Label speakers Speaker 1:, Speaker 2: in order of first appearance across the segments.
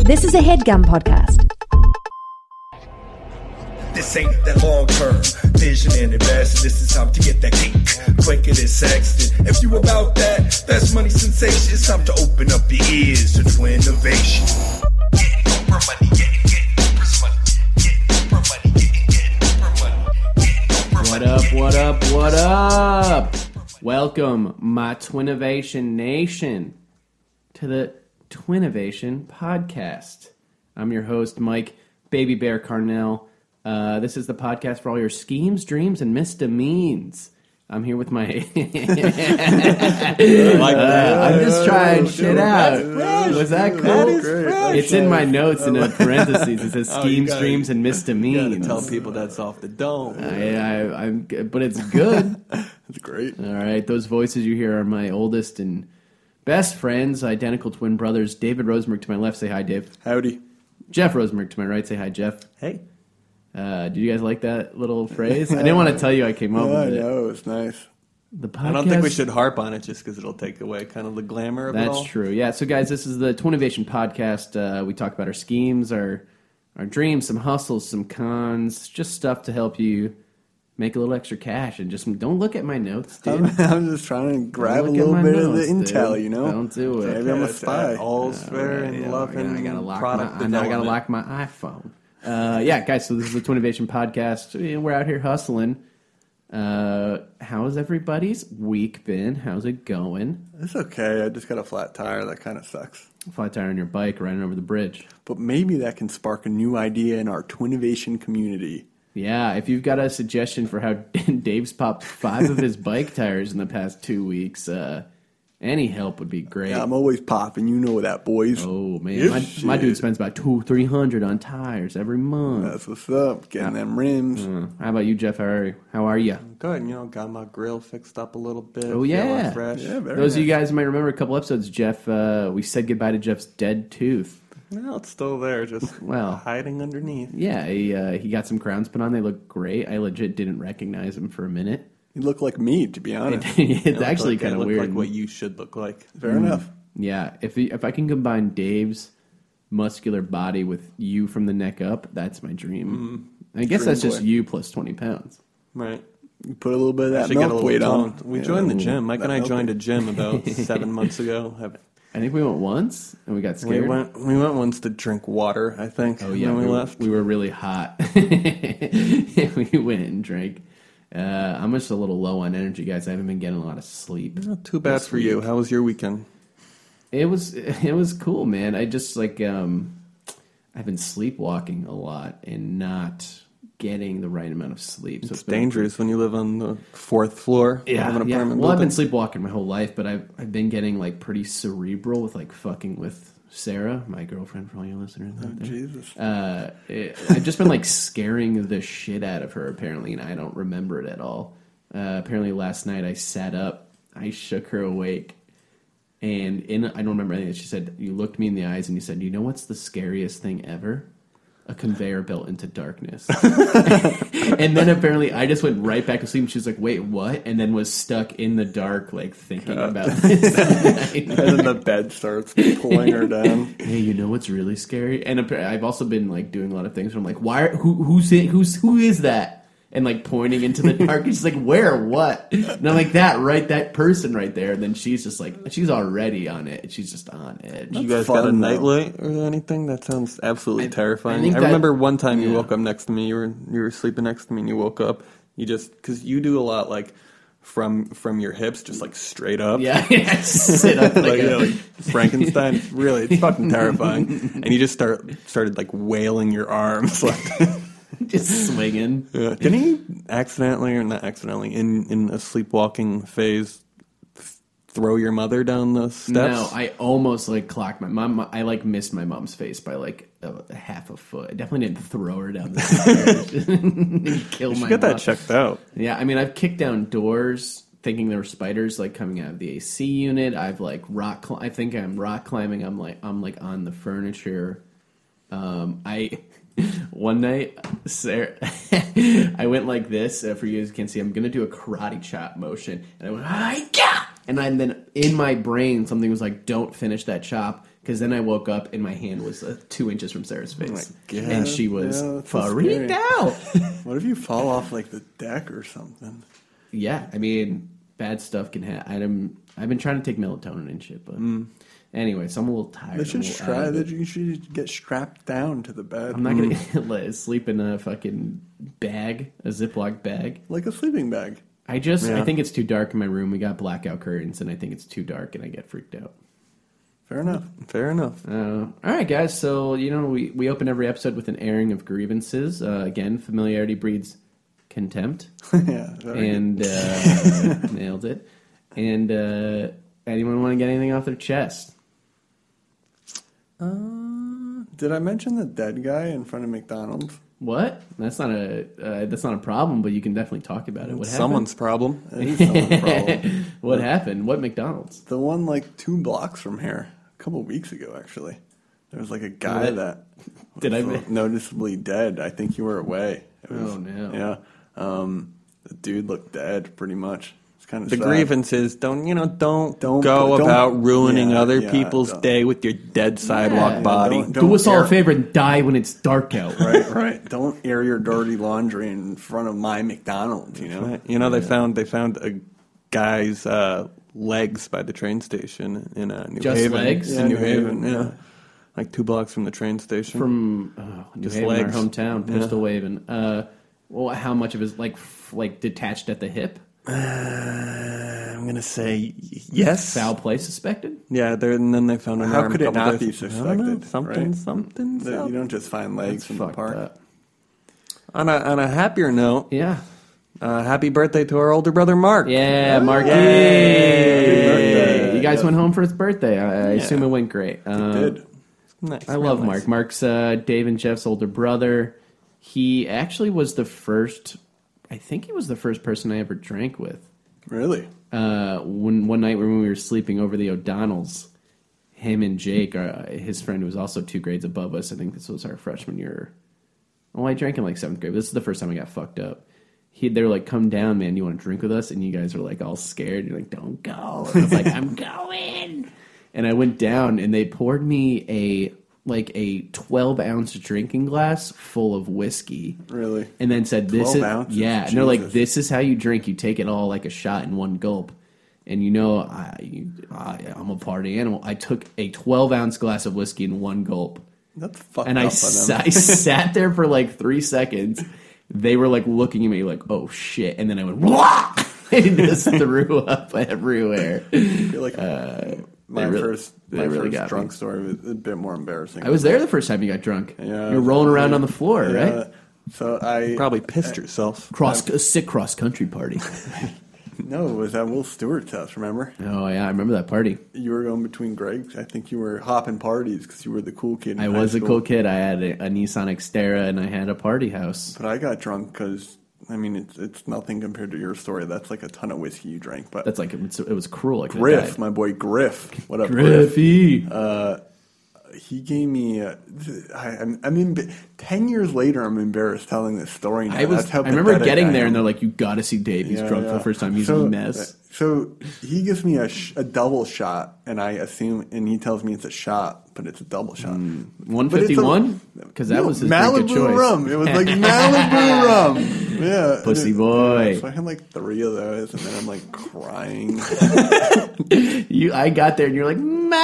Speaker 1: This is a headgum podcast.
Speaker 2: This ain't that long term vision and investing. This is time to get that cake quicker than Sexton. If you about that, that's money sensation. It's time to open up your ears to twin innovation. Getting Oprah money, getting getting Oprah's money, getting Oprah money, getting getting Oprah money, getting Oprah
Speaker 3: What
Speaker 2: money,
Speaker 3: up,
Speaker 2: getting
Speaker 3: what up,
Speaker 2: Oprah's
Speaker 3: what
Speaker 2: money.
Speaker 3: up? Welcome, my Twinnovation Nation, to the Twinnovation Podcast. I'm your host, Mike Baby Bear Carnell. Uh, this is the podcast for all your schemes, dreams, and misdemeans. I'm here with my.
Speaker 4: like
Speaker 5: Uh,
Speaker 4: that.
Speaker 3: I'm just trying shit out.
Speaker 4: Oh, fresh.
Speaker 3: Was that cool?
Speaker 4: That is fresh.
Speaker 3: It's in my notes in a parentheses. It says
Speaker 4: Oh, you
Speaker 3: schemes,
Speaker 4: gotta-
Speaker 3: dreams, and
Speaker 4: You gotta
Speaker 3: misdemeans.
Speaker 4: tell people that's off the dome.
Speaker 3: I, I, I'm, g- but it's good.
Speaker 4: That's great.
Speaker 3: All right, those voices you hear are my oldest and best friends, identical twin brothers, David Rosenberg to my left. Say hi, Dave.
Speaker 4: Howdy.
Speaker 3: Jeff Rosenberg to my right. Say hi, Jeff.
Speaker 4: Hey.
Speaker 3: Uh, did you guys like that little phrase? I didn't want to tell you I came up
Speaker 4: I
Speaker 3: with it.
Speaker 4: know it's nice.
Speaker 3: The podcast.
Speaker 4: I don't think we should harp on it just because it'll take away kind of the glamour of it
Speaker 3: That's
Speaker 4: all.
Speaker 3: true. Yeah. So, guys, this is the Twinnovation podcast. Uh, we talk about our schemes, our our dreams, some hustles, some cons, just stuff to help you make a little extra cash. And just don't look at my notes, dude.
Speaker 5: I'm, I'm just trying to grab
Speaker 3: Look
Speaker 5: a
Speaker 3: at
Speaker 5: little
Speaker 3: my
Speaker 5: bit of the
Speaker 3: notes, dude.
Speaker 5: intel, you know?
Speaker 3: Don't do it.
Speaker 5: Maybe
Speaker 4: Yeah,
Speaker 5: I'm a
Speaker 4: it's
Speaker 5: spy.
Speaker 4: at All's fair
Speaker 3: Yeah,
Speaker 4: and
Speaker 3: well, I gotta-
Speaker 4: loving
Speaker 3: I gotta lock
Speaker 4: product
Speaker 3: my, I know I gotta
Speaker 4: development.
Speaker 3: lock my iPhone. Uh, yeah, guys. So this is the Twinnovation podcast. Eh, We're out here hustling. Uh, how's everybody's week been? How's it going?
Speaker 5: It's okay. I just got a flat tire. That kind of sucks.
Speaker 3: Flat tire on your bike, riding over the bridge.
Speaker 5: But maybe that can spark a new idea in our Twinnovation community.
Speaker 3: Yeah, if you've got a suggestion for how Dave's popped five of his bike tires in the past two weeks, uh, any help would be great.
Speaker 5: Yeah, I'm always popping. You know that, boys.
Speaker 3: oh man, my, my dude spends about two, three hundred on tires every month.
Speaker 4: Uh,
Speaker 5: That's what's up. Getting them rims.
Speaker 3: How about you, Jeff? How are you? How are you?
Speaker 4: Good, you know, got my grill fixed up a little bit.
Speaker 3: Oh, yeah.
Speaker 4: feeling fresh.
Speaker 5: Yeah, very
Speaker 3: Those of you
Speaker 5: nice.
Speaker 3: guys might remember a couple episodes. Jeff, uh, we said goodbye to Jeff's dead tooth.
Speaker 4: No, it's still there, just
Speaker 3: Well.
Speaker 4: hiding underneath.
Speaker 3: Yeah, he, uh, he got some crowns put on. They look great. I legit didn't recognize him for a minute.
Speaker 5: You look like me, to be honest.
Speaker 3: it's
Speaker 4: It looked
Speaker 3: actually
Speaker 4: like- it
Speaker 3: kind of
Speaker 4: looked
Speaker 3: weird.
Speaker 4: Like what you should look like.
Speaker 5: Fair
Speaker 3: Mm.
Speaker 5: enough.
Speaker 3: yeah, if if I can combine Dave's muscular body with you from the neck up, that's my dream.
Speaker 4: Mm-hmm.
Speaker 3: I guess
Speaker 5: Dream
Speaker 3: that's just
Speaker 5: boy.
Speaker 3: you plus twenty pounds.
Speaker 4: Right.
Speaker 5: You put a little bit of that
Speaker 4: Should get a
Speaker 5: milk
Speaker 4: little
Speaker 5: weight on.
Speaker 4: toned. We
Speaker 5: Yeah.
Speaker 4: joined the gym. Mike
Speaker 5: That
Speaker 4: and I
Speaker 5: milk
Speaker 4: joined a
Speaker 5: weight.
Speaker 4: gym about seven months ago. Have
Speaker 3: I think we went once and we got
Speaker 4: We
Speaker 3: scared.
Speaker 4: went. We went once to drink water. I think.
Speaker 3: Oh yeah,
Speaker 4: when we,
Speaker 3: were-
Speaker 4: left.
Speaker 3: We were really hot. we went and drank. Uh, I'm just a little low on energy, guys. I haven't been getting a lot of sleep.
Speaker 4: Not too bad for you. How was your weekend?
Speaker 3: It was it was cool, man. I just like um, I've been sleepwalking a lot and not getting the right amount of sleep. So
Speaker 4: It's
Speaker 3: been-
Speaker 4: dangerous when you live on the fourth floor
Speaker 3: Yeah,
Speaker 4: of an
Speaker 3: yeah.
Speaker 4: apartment
Speaker 3: Well, I've
Speaker 4: building.
Speaker 3: been sleepwalking my whole life, but I've I've been getting like pretty cerebral with like fucking with Sarah, my girlfriend, for all you listeners out there.
Speaker 5: Jesus.
Speaker 3: uh, it, I've just been like scaring the shit out of her apparently, and I don't remember it at all. Uh, apparently, last night I sat up, I shook her awake, and in I don't remember anything. She said, "You looked me in the eyes and you said, you know what's the scariest thing ever." A conveyor belt into darkness, and then apparently I just went right back to sleep. And she was like, "Wait, what?" And then was stuck in the dark, like thinking about this.
Speaker 5: and then the bed starts pulling her down.
Speaker 3: Hey, you know what's really scary? And appa- I've also been like doing a lot of things. Where I'm like, why? Are, who? Who's it? Who's who is that? And like pointing into the dark. She's like, where? What? And I'm like, that right? That person right there. And then she's just like, she's already on it. She's just on edge.
Speaker 4: you
Speaker 5: That's
Speaker 4: guys got a
Speaker 5: fun, though.
Speaker 4: nightlight or anything? That sounds absolutely terrifying. I,
Speaker 3: think that-
Speaker 4: remember one time you
Speaker 3: yeah.
Speaker 4: woke up next to me. You were you were sleeping next to me, and you woke up. You just because you do a lot like from from your hips, just like straight up.
Speaker 3: Yeah, I sit up like,
Speaker 4: like,
Speaker 3: a-
Speaker 4: yeah, like Frankenstein. It's really, it's fucking terrifying. And you just start started like wailing your arms. Like,
Speaker 3: just swinging.
Speaker 4: can you accidentally or not accidentally in in a sleepwalking phase th- throw your mother down the steps?
Speaker 3: No, I almost like clocked my mom. I like missed my mom's face by like a, a half a foot. I definitely didn't throw her down the stairs and kill
Speaker 4: you
Speaker 3: my.
Speaker 4: should get
Speaker 3: mom.
Speaker 4: that checked out.
Speaker 3: Yeah, I mean, I've kicked down doors thinking there were spiders like coming out of the AC unit. I've like rock. Cl- I think I'm rock climbing. I'm like I'm like on the furniture. Um, I one night, Sarah, I went like this. Uh, for you guys who can't see, I'm gonna do a karate chop motion, and I went "Hi-ya!" and I, then in my brain something was like, "Don't finish that chop." Because then I woke up and my hand was uh, two inches from Sarah's face,
Speaker 5: Oh God.
Speaker 3: and she was
Speaker 5: Yeah, that's so
Speaker 3: freaked
Speaker 5: scary.
Speaker 3: out.
Speaker 5: What if you fall off like the deck or something?
Speaker 3: yeah, I mean, bad stuff can happen. I've been trying to take melatonin and shit, but anyway, so I'm a little tired.
Speaker 5: They
Speaker 3: I'm a
Speaker 5: should
Speaker 3: little out
Speaker 5: try
Speaker 3: of
Speaker 5: that.
Speaker 3: it.
Speaker 5: You should get strapped down to the bed.
Speaker 3: I'm not gonna let sleep in a fucking bag, a Ziploc bag.
Speaker 5: like a sleeping bag.
Speaker 3: I just, I
Speaker 4: Yeah.
Speaker 3: think it's too dark in my room. We got blackout curtains, and I think it's too dark, and I get freaked out.
Speaker 5: Fair enough.
Speaker 4: Fair enough.
Speaker 3: Uh, all right, guys. So you know we we open every episode with an airing of grievances. Uh, again, familiarity breeds contempt,
Speaker 5: yeah. very good.
Speaker 3: and uh, nailed it. And uh, anyone want to get anything off their chest?
Speaker 5: Did I mention the dead guy in front of McDonald's?
Speaker 3: What? That's not a uh, that's not a problem, but you can definitely talk about it. What
Speaker 4: Someone's problem.
Speaker 5: That is someone's problem.
Speaker 3: happened? what happened? What McDonald's?
Speaker 5: The one like two blocks from here, a couple weeks ago actually. There was like a guy
Speaker 3: Did I-
Speaker 5: that
Speaker 3: did I
Speaker 5: was
Speaker 3: mi-
Speaker 5: noticeably dead. I think you were away. It was,
Speaker 3: Oh, no.
Speaker 5: Yeah. Um, the dude looked dead pretty much. It's kind of
Speaker 4: The grievance is don't you know don't,
Speaker 5: Don't-
Speaker 4: go
Speaker 5: don't-
Speaker 4: about ruining
Speaker 5: yeah,
Speaker 4: other
Speaker 5: yeah,
Speaker 4: people's
Speaker 5: don't.
Speaker 4: day with your dead sidewalk
Speaker 3: Yeah,
Speaker 4: body.
Speaker 5: don't-
Speaker 3: Do us all
Speaker 5: care.
Speaker 3: a favor and die when it's dark out.
Speaker 5: Right, right. Don't air your dirty laundry in front of my McDonald's, you know?
Speaker 4: Right. You know they found they found a guy's uh, legs by the train station in uh, New
Speaker 3: Just
Speaker 4: Haven.
Speaker 3: legs?
Speaker 4: in
Speaker 3: Yeah,
Speaker 4: New,
Speaker 5: New
Speaker 4: Haven.
Speaker 5: Haven,
Speaker 4: Yeah, like two blocks from the train station.
Speaker 3: from oh, New
Speaker 4: Just
Speaker 3: Haven,
Speaker 4: legs.
Speaker 3: our hometown,
Speaker 4: Yeah.
Speaker 3: Pistol Waving. Uh, well, how much of his like f- like detached at the hip?
Speaker 4: I'm gonna say y- yes.
Speaker 3: Foul play suspected.
Speaker 4: Yeah, there, and then they found an
Speaker 5: How
Speaker 4: arm
Speaker 5: could it
Speaker 4: couple
Speaker 5: not
Speaker 4: days-
Speaker 5: be
Speaker 4: I don't know,
Speaker 5: suspected,
Speaker 4: something,
Speaker 5: right?
Speaker 4: something,
Speaker 5: That You
Speaker 4: something.
Speaker 5: don't just find legs in the
Speaker 3: Fucked
Speaker 5: park.
Speaker 3: up.
Speaker 4: On a on a happier note,
Speaker 3: Yeah,
Speaker 4: uh, happy birthday to our older brother Mark.
Speaker 3: yeah, Mark.
Speaker 4: Happy
Speaker 5: birthday.
Speaker 3: You guys went home for his birthday. I, I
Speaker 4: Yeah.
Speaker 3: assume it went great. Um,
Speaker 5: Did.
Speaker 4: Nice,
Speaker 3: I
Speaker 4: real
Speaker 3: love
Speaker 4: nice.
Speaker 3: Mark. Mark's uh, Dave and Jeff's older brother. He actually was the first. I think he was the first person I ever drank with.
Speaker 5: Really?
Speaker 3: uh, when one night when we were sleeping over the O'Donnells, him and Jake, our, his friend who was also two grades above us. I think this was our freshman year. Well, I drank in like seventh grade. This is the first time I got fucked up. He, they were like, "Come down, man. You want to drink with us?" And you guys were like all scared. You're like, "Don't go." And I was like, "I'm going." And I went down, and they poured me a like a twelve ounce drinking glass full of whiskey.
Speaker 5: Really?
Speaker 3: And then said, "This
Speaker 5: 12
Speaker 3: is
Speaker 5: ounces?
Speaker 3: yeah." And they're like,
Speaker 5: Jesus.
Speaker 3: "This is how you drink. You take it all like a shot in one gulp." And you know, I, you, I I'm a party animal. I took a 12 ounce glass of whiskey in one gulp,
Speaker 5: That's fucked
Speaker 3: and
Speaker 5: up
Speaker 3: I,
Speaker 5: by them.
Speaker 3: s- I sat there for like three seconds. They were like looking at me like, "Oh shit!" And then I went, "Wah!" and just threw up everywhere.
Speaker 5: I feel like my
Speaker 3: uh, they really-
Speaker 5: first,
Speaker 3: they
Speaker 5: my
Speaker 3: really got
Speaker 5: first drunk
Speaker 3: me.
Speaker 5: story was a bit more embarrassing.
Speaker 3: I was there the first time you got drunk.
Speaker 5: Yeah.
Speaker 3: You're rolling around on the floor,
Speaker 5: Yeah.
Speaker 3: right?
Speaker 5: Uh, So I
Speaker 4: Probably pissed yourself.
Speaker 3: Cross a sick cross country party.
Speaker 5: no, it was at Will Stewart's house. Remember,
Speaker 3: oh yeah, I remember that party.
Speaker 5: you were going between Greg's. I think you were hopping parties because you were the cool kid. In
Speaker 3: I
Speaker 5: high
Speaker 3: was a
Speaker 5: school.
Speaker 3: cool kid. I had a, a Nissan Xterra and I had a party house.
Speaker 5: but I got drunk because I mean it's it's nothing compared to your story. That's like a ton of whiskey you drank. But
Speaker 3: That's like it's, it was cruel. I could've
Speaker 5: Griff,
Speaker 3: died.
Speaker 5: my Uh, boy Griff, what up, Griff?
Speaker 3: Griffy.
Speaker 5: He gave me. Uh, th- I, I'm, I'm emb- ten years later. I'm embarrassed telling this story. Now.
Speaker 3: I was.
Speaker 5: That's how
Speaker 3: I remember
Speaker 5: pathetic
Speaker 3: getting
Speaker 5: I
Speaker 3: there,
Speaker 5: am.
Speaker 3: and they're like, "You got to see Dave. He's
Speaker 5: Yeah,
Speaker 3: drunk for
Speaker 5: yeah.
Speaker 3: the first time. He's
Speaker 5: so, uh,
Speaker 3: a mess."
Speaker 5: So he gives me a, sh- a double shot, and I assume, and he tells me it's a shot, but it's a double shot.
Speaker 3: One
Speaker 5: But it's a-
Speaker 3: Hmm. fifty-one, because that
Speaker 5: No,
Speaker 3: was his drink of
Speaker 5: Malibu
Speaker 3: choice.
Speaker 5: rum. It was like Malibu rum. Yeah,
Speaker 3: Pussy
Speaker 5: And it-
Speaker 3: boy.
Speaker 5: So I had like three of those, and then I'm like crying.
Speaker 3: You, I got there, and you're like, "Mike,"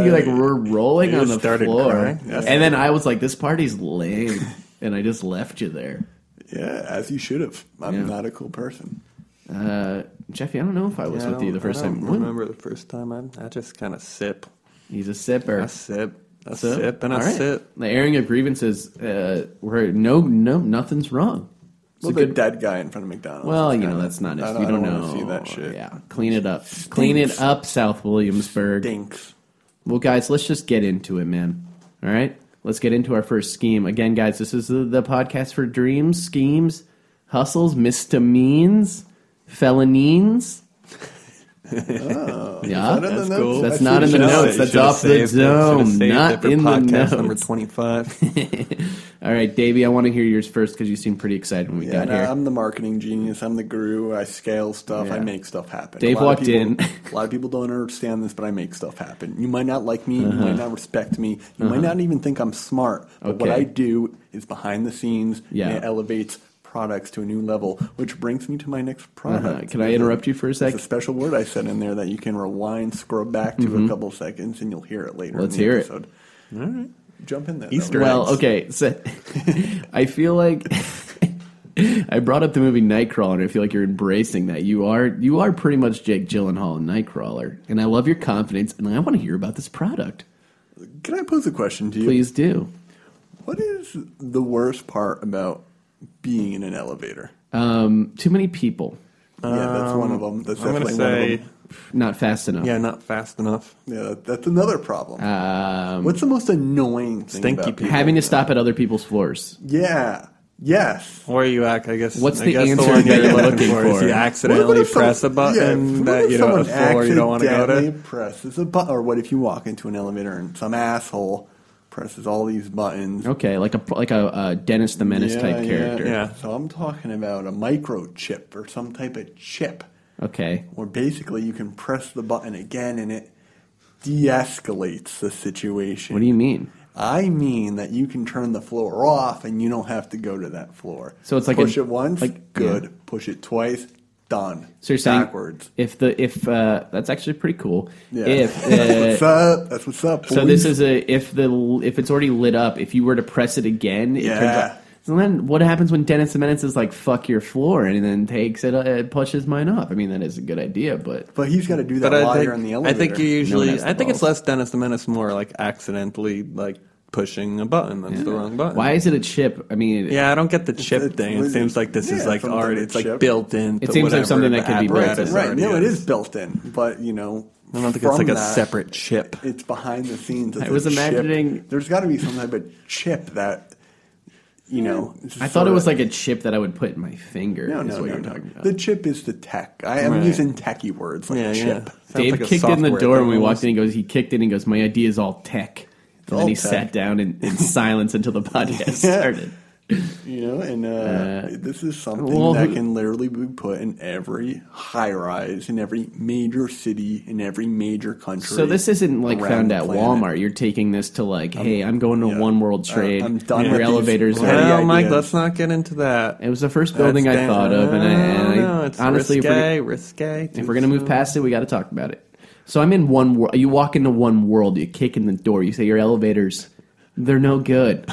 Speaker 3: and you like were rolling
Speaker 4: You
Speaker 3: on
Speaker 4: just
Speaker 3: the
Speaker 4: started
Speaker 3: floor.
Speaker 4: crying.
Speaker 3: And then I was like, "This party's lame," and I just left you there.
Speaker 5: yeah, as you should have. I'm
Speaker 3: Yeah.
Speaker 5: not a cool person.
Speaker 3: Uh, Jeffy, I don't know if I was
Speaker 4: I
Speaker 3: with you
Speaker 4: don't-
Speaker 3: the first
Speaker 4: I don't
Speaker 3: time. When-
Speaker 4: Remember the first time? I, I just kind of sip,
Speaker 3: He's a sipper.
Speaker 4: I sip, I
Speaker 3: So,
Speaker 4: sip, and I
Speaker 3: all right.
Speaker 4: sip.
Speaker 3: The airing of grievances, uh, where no, no, nothing's wrong. It's
Speaker 5: Well,
Speaker 3: a
Speaker 5: the
Speaker 3: good-
Speaker 5: dead guy in front of McDonald's.
Speaker 3: Well,
Speaker 5: is
Speaker 3: you know
Speaker 5: kinda-
Speaker 3: that's not. It.
Speaker 5: I
Speaker 3: you
Speaker 5: I
Speaker 3: don't,
Speaker 5: wanna
Speaker 3: know.
Speaker 5: See that shit.
Speaker 3: Yeah, clean it up. Clean it up, South Williamsburg.
Speaker 5: Stinks.
Speaker 3: Well, guys, let's just get into it, man. All right, let's get into our first scheme. Again, guys, this is the, the podcast for dreams, schemes, hustles, misdemeans, felonines, Yeah,
Speaker 5: Oh. that in the
Speaker 3: that's,
Speaker 5: notes?
Speaker 3: cool. that's
Speaker 5: I
Speaker 3: not in the
Speaker 5: should've
Speaker 3: notes.
Speaker 5: saved-
Speaker 3: That's
Speaker 4: Should've
Speaker 3: off the
Speaker 4: saved it. Should've
Speaker 3: dome,
Speaker 4: saved it
Speaker 3: not
Speaker 4: for
Speaker 3: in the
Speaker 4: podcast
Speaker 3: notes.
Speaker 4: number twenty-five.
Speaker 3: All right, Davey, I want to hear yours first because you seemed pretty excited when we
Speaker 5: Yeah,
Speaker 3: got
Speaker 5: no,
Speaker 3: here.
Speaker 5: uh, I'm the marketing genius. I'm the guru. I scale stuff. I
Speaker 3: Yeah.
Speaker 5: make stuff happen.
Speaker 3: Dave
Speaker 5: A lot of
Speaker 3: walked
Speaker 5: people-
Speaker 3: in.
Speaker 5: a lot of people don't understand this, but I make stuff happen. You might not like me. You
Speaker 3: Uh-huh.
Speaker 5: might not respect me. You might not even think I'm smart. But what
Speaker 3: Okay.
Speaker 5: I do is behind the scenes,
Speaker 3: Yeah.
Speaker 5: and it elevates products to a new level, which brings me to my next product.
Speaker 3: Uh-huh. Can I interrupt you for a
Speaker 5: There's
Speaker 3: sec?
Speaker 5: a special word I said in there that you can rewind, scroll back to a couple seconds, and you'll hear it later.
Speaker 3: Mm-hmm. Let's
Speaker 5: in the
Speaker 3: hear it.
Speaker 5: episode. it. All right, jump in there.
Speaker 4: Easter
Speaker 5: though.
Speaker 3: Well, okay. So I feel like I brought up the movie Nightcrawler, and I feel like you're embracing that. You are you are pretty much Jake Gyllenhaal in Nightcrawler, and I love your confidence, and I want to hear about this product.
Speaker 5: Can I pose a question to you?
Speaker 3: Please do.
Speaker 5: What is the worst part about being in an elevator?
Speaker 3: Um, too many people,
Speaker 5: yeah, that's one of them. That's
Speaker 4: Um, I'm gonna
Speaker 5: definitely one of
Speaker 4: say,
Speaker 5: them.
Speaker 3: not fast enough.
Speaker 4: yeah, not fast enough.
Speaker 5: Yeah, that- that's another problem.
Speaker 3: Um,
Speaker 5: What's the most annoying thing
Speaker 4: Stinky
Speaker 5: about
Speaker 4: people.
Speaker 3: having to stop at other people's floors.
Speaker 5: Yeah. Yes.
Speaker 4: Or you act, I guess.
Speaker 3: What's
Speaker 4: I
Speaker 3: the
Speaker 4: guess
Speaker 3: answer
Speaker 4: one
Speaker 3: you're
Speaker 4: you're
Speaker 3: looking
Speaker 4: Is
Speaker 3: for?
Speaker 4: you
Speaker 5: What
Speaker 4: accidentally
Speaker 5: if some-
Speaker 4: press a button
Speaker 5: yeah, what
Speaker 4: that
Speaker 5: if
Speaker 4: you know
Speaker 5: someone
Speaker 4: a floor you don't want to go to?
Speaker 5: accidentally Presses a button, or what if you walk into an elevator and some asshole presses all these buttons?
Speaker 3: Okay, like a like a uh, Dennis the Menace
Speaker 5: Yeah,
Speaker 3: type
Speaker 5: yeah,
Speaker 3: character.
Speaker 4: yeah.
Speaker 5: So I'm talking about a microchip or some type of chip.
Speaker 3: Okay,
Speaker 5: where basically you can press the button again and it de-escalates the situation.
Speaker 3: what do you mean?
Speaker 5: I mean that you can turn the floor off and you don't have to go to that floor.
Speaker 3: So it's like
Speaker 5: push
Speaker 3: a-
Speaker 5: it once,
Speaker 3: like-
Speaker 5: good.
Speaker 3: yeah.
Speaker 5: Push it twice, done.
Speaker 3: So you're saying
Speaker 5: backwards.
Speaker 3: if the if uh, that's actually pretty cool.
Speaker 5: Yeah.
Speaker 3: If
Speaker 5: That's
Speaker 3: uh,
Speaker 5: what's up. That's what's up.
Speaker 3: So this
Speaker 5: boys.
Speaker 3: is a if the if it's already lit up, if you were to press it again, it turns
Speaker 5: Yeah.
Speaker 3: out. So then, what happens when Dennis the Menace is like "fuck your floor" and then takes it, uh, pushes mine up? I mean, that is a good idea, but
Speaker 5: But he's got to do that
Speaker 4: But
Speaker 5: while
Speaker 4: I
Speaker 5: you're in the
Speaker 4: think, I
Speaker 5: elevator.
Speaker 4: think
Speaker 3: No
Speaker 4: you
Speaker 3: one
Speaker 4: usually.
Speaker 3: has the
Speaker 4: I think it's
Speaker 3: balls.
Speaker 4: less Dennis the Menace, more like accidentally like pushing a button that's the wrong button.
Speaker 3: why is it a chip? I mean,
Speaker 4: Yeah, I don't get the chip
Speaker 5: it's
Speaker 4: thing.
Speaker 5: really-
Speaker 4: It seems like this
Speaker 5: yeah,
Speaker 4: is like
Speaker 5: some type
Speaker 4: already.
Speaker 5: of
Speaker 4: It's like
Speaker 5: chip.
Speaker 4: built in.
Speaker 3: It seems like something that could be built
Speaker 5: right,
Speaker 3: in.
Speaker 5: right. No, it is built in, but you know,
Speaker 4: I don't think it's like a separate chip.
Speaker 5: It's behind the scenes. It's
Speaker 3: I was
Speaker 5: a chip.
Speaker 3: imagining-
Speaker 5: there's got to be some type of chip that you know.
Speaker 3: I thought it
Speaker 5: sorta-
Speaker 3: was like a chip that I would put in my finger.
Speaker 5: No,
Speaker 3: is
Speaker 5: no,
Speaker 3: what
Speaker 5: no,
Speaker 3: you're
Speaker 5: no.
Speaker 3: talking about.
Speaker 5: The chip is the tech. I am
Speaker 4: Right.
Speaker 5: using techie words like
Speaker 4: Yeah,
Speaker 5: chip.
Speaker 4: yeah. Sounds
Speaker 3: Dave
Speaker 4: like a
Speaker 3: kicked in the
Speaker 4: software
Speaker 3: door when we
Speaker 4: thing
Speaker 3: walked in. He goes, he kicked in. He goes, my idea is all tech. and
Speaker 5: all
Speaker 3: then he
Speaker 5: tech.
Speaker 3: sat down in, in silence until the podcast
Speaker 5: Yeah.
Speaker 3: started.
Speaker 5: You know, and uh, this is something
Speaker 3: well,
Speaker 5: that
Speaker 3: who-
Speaker 5: can literally be put in every high rise, in every major city, in every major country.
Speaker 3: So this isn't like
Speaker 5: around
Speaker 3: found
Speaker 5: the
Speaker 3: at
Speaker 5: planet.
Speaker 3: Walmart. You're taking this to like, hey, I'm going to
Speaker 5: yeah.
Speaker 3: One World
Speaker 4: uh,
Speaker 5: I-
Speaker 3: Trade.
Speaker 5: I'm done
Speaker 3: Your
Speaker 5: with these
Speaker 3: elevators.
Speaker 5: Well,
Speaker 3: are-
Speaker 5: Yeah,
Speaker 4: Well, Mike,
Speaker 5: ideas.
Speaker 4: let's not get into that.
Speaker 3: It was the first building I
Speaker 4: That's
Speaker 3: thought
Speaker 4: down-
Speaker 3: of, and I, and I-
Speaker 4: no, it's
Speaker 3: honestly, if
Speaker 4: risque,
Speaker 3: we're,
Speaker 4: risque.
Speaker 3: if we're gonna move past it, we got to talk about it. So I'm in one. Wor- you walk into one world. You kick in the door. You say your elevators, they're no good.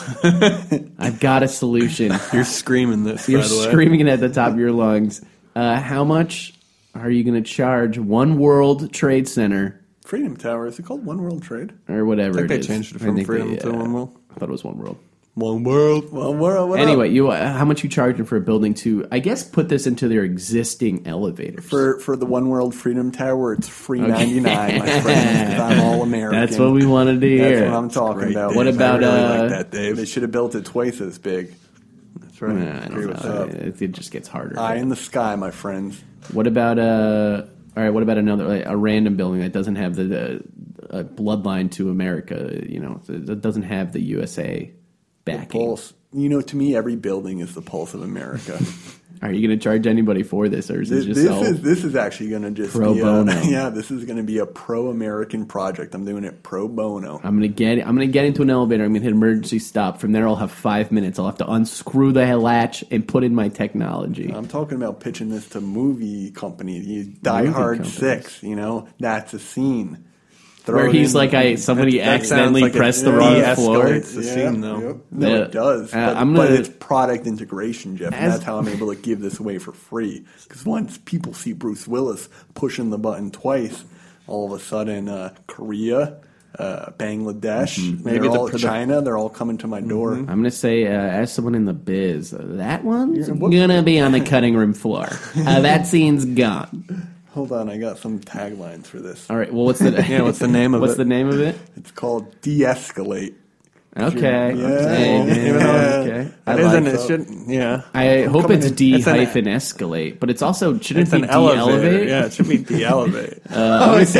Speaker 3: I've got a solution.
Speaker 4: you're screaming this.
Speaker 3: You're
Speaker 4: by the way.
Speaker 3: screaming it at the top of your lungs. Uh, how much are you going to charge One World Trade Center
Speaker 5: Freedom Tower is it called One World Trade?
Speaker 3: or whatever?
Speaker 4: I think
Speaker 3: it
Speaker 4: they
Speaker 3: is?
Speaker 4: changed it
Speaker 3: I
Speaker 4: from
Speaker 3: think
Speaker 4: Freedom to
Speaker 3: yeah,
Speaker 4: One World.
Speaker 3: I thought it was One World.
Speaker 4: One world.
Speaker 5: Well, what, what up?
Speaker 3: Anyway, you uh, how much you charging for a building to? I guess put this into their existing elevators.
Speaker 5: for for the One World Freedom Tower, it's free ninety nine, my friend. 'cause I'm all American.
Speaker 3: That's what we wanted to hear.
Speaker 5: That's what I'm talking
Speaker 4: Great,
Speaker 5: about.
Speaker 4: Dave.
Speaker 3: What about,
Speaker 4: I really
Speaker 3: uh,
Speaker 4: like that, Dave?
Speaker 5: They should have built it twice as big.
Speaker 4: That's right.
Speaker 3: Nah, I don't know.
Speaker 5: up.
Speaker 3: It, it just gets harder.
Speaker 5: Eye in the sky, my friends.
Speaker 3: What about uh? All right. What about another like, a random building that doesn't have the, the uh, bloodline to America? You know, that doesn't have the USA backing.
Speaker 5: Pulse. You know, to me, every building is the pulse of America.
Speaker 3: Are you going to charge anybody for this, or is
Speaker 5: this,
Speaker 3: it just
Speaker 5: this
Speaker 3: all?
Speaker 5: is this is actually going to just
Speaker 3: Pro
Speaker 5: be
Speaker 3: bono.
Speaker 5: A, yeah, this is going to be a pro American project. I'm doing it pro bono.
Speaker 3: I'm gonna get. I'm gonna get into an elevator. I'm gonna hit emergency stop. From there, I'll have five minutes. I'll have to unscrew the latch and put in my technology.
Speaker 5: I'm talking about pitching this to movie company, you Die
Speaker 3: Movie
Speaker 5: Hard
Speaker 3: companies.
Speaker 5: Six. You know, that's a scene.
Speaker 3: where
Speaker 5: Throw it
Speaker 3: he's
Speaker 5: in-
Speaker 3: like, I somebody
Speaker 4: that sounds
Speaker 3: accidentally
Speaker 4: like it
Speaker 3: pressed the wrong
Speaker 4: de-escalates
Speaker 3: floor.
Speaker 4: It's the scene, though.
Speaker 5: No,
Speaker 3: Yeah.
Speaker 5: it does.
Speaker 3: Uh,
Speaker 5: but,
Speaker 3: I'm
Speaker 5: but
Speaker 3: gonna-
Speaker 5: it's product integration, Jeff. And
Speaker 3: As-
Speaker 5: that's how I'm able to give this away for free. Because once people see Bruce Willis pushing the button twice, all of a sudden, uh, Korea, uh, Bangladesh,
Speaker 3: Mm-hmm.
Speaker 4: Maybe
Speaker 5: they're
Speaker 4: the
Speaker 5: all,
Speaker 4: pro- the-
Speaker 5: China, they're all coming to my door.
Speaker 3: I'm gonna say, uh, as someone in the biz, that one's
Speaker 5: what-
Speaker 3: gonna be on the cutting room floor. Uh, that scene's gone.
Speaker 5: Hold on, I got some taglines for this.
Speaker 3: All right. Well, what's the
Speaker 4: Yeah, what's the name of
Speaker 3: what's
Speaker 4: it?
Speaker 3: the name of it?
Speaker 5: It's called De Escalate.
Speaker 3: Okay.
Speaker 5: Yeah.
Speaker 3: Hey, man.
Speaker 4: Yeah.
Speaker 3: Okay. I
Speaker 4: That
Speaker 3: like
Speaker 4: isn't
Speaker 3: that.
Speaker 4: it? Shouldn't yeah.
Speaker 3: I hope
Speaker 5: coming
Speaker 3: it's
Speaker 5: in-
Speaker 3: D
Speaker 4: It's an-
Speaker 3: hyphen escalate, but it's also shouldn't
Speaker 4: It's
Speaker 3: it
Speaker 4: an
Speaker 3: be D elevate.
Speaker 4: elevator. Yeah, it should be de elevate.
Speaker 5: Oh, it's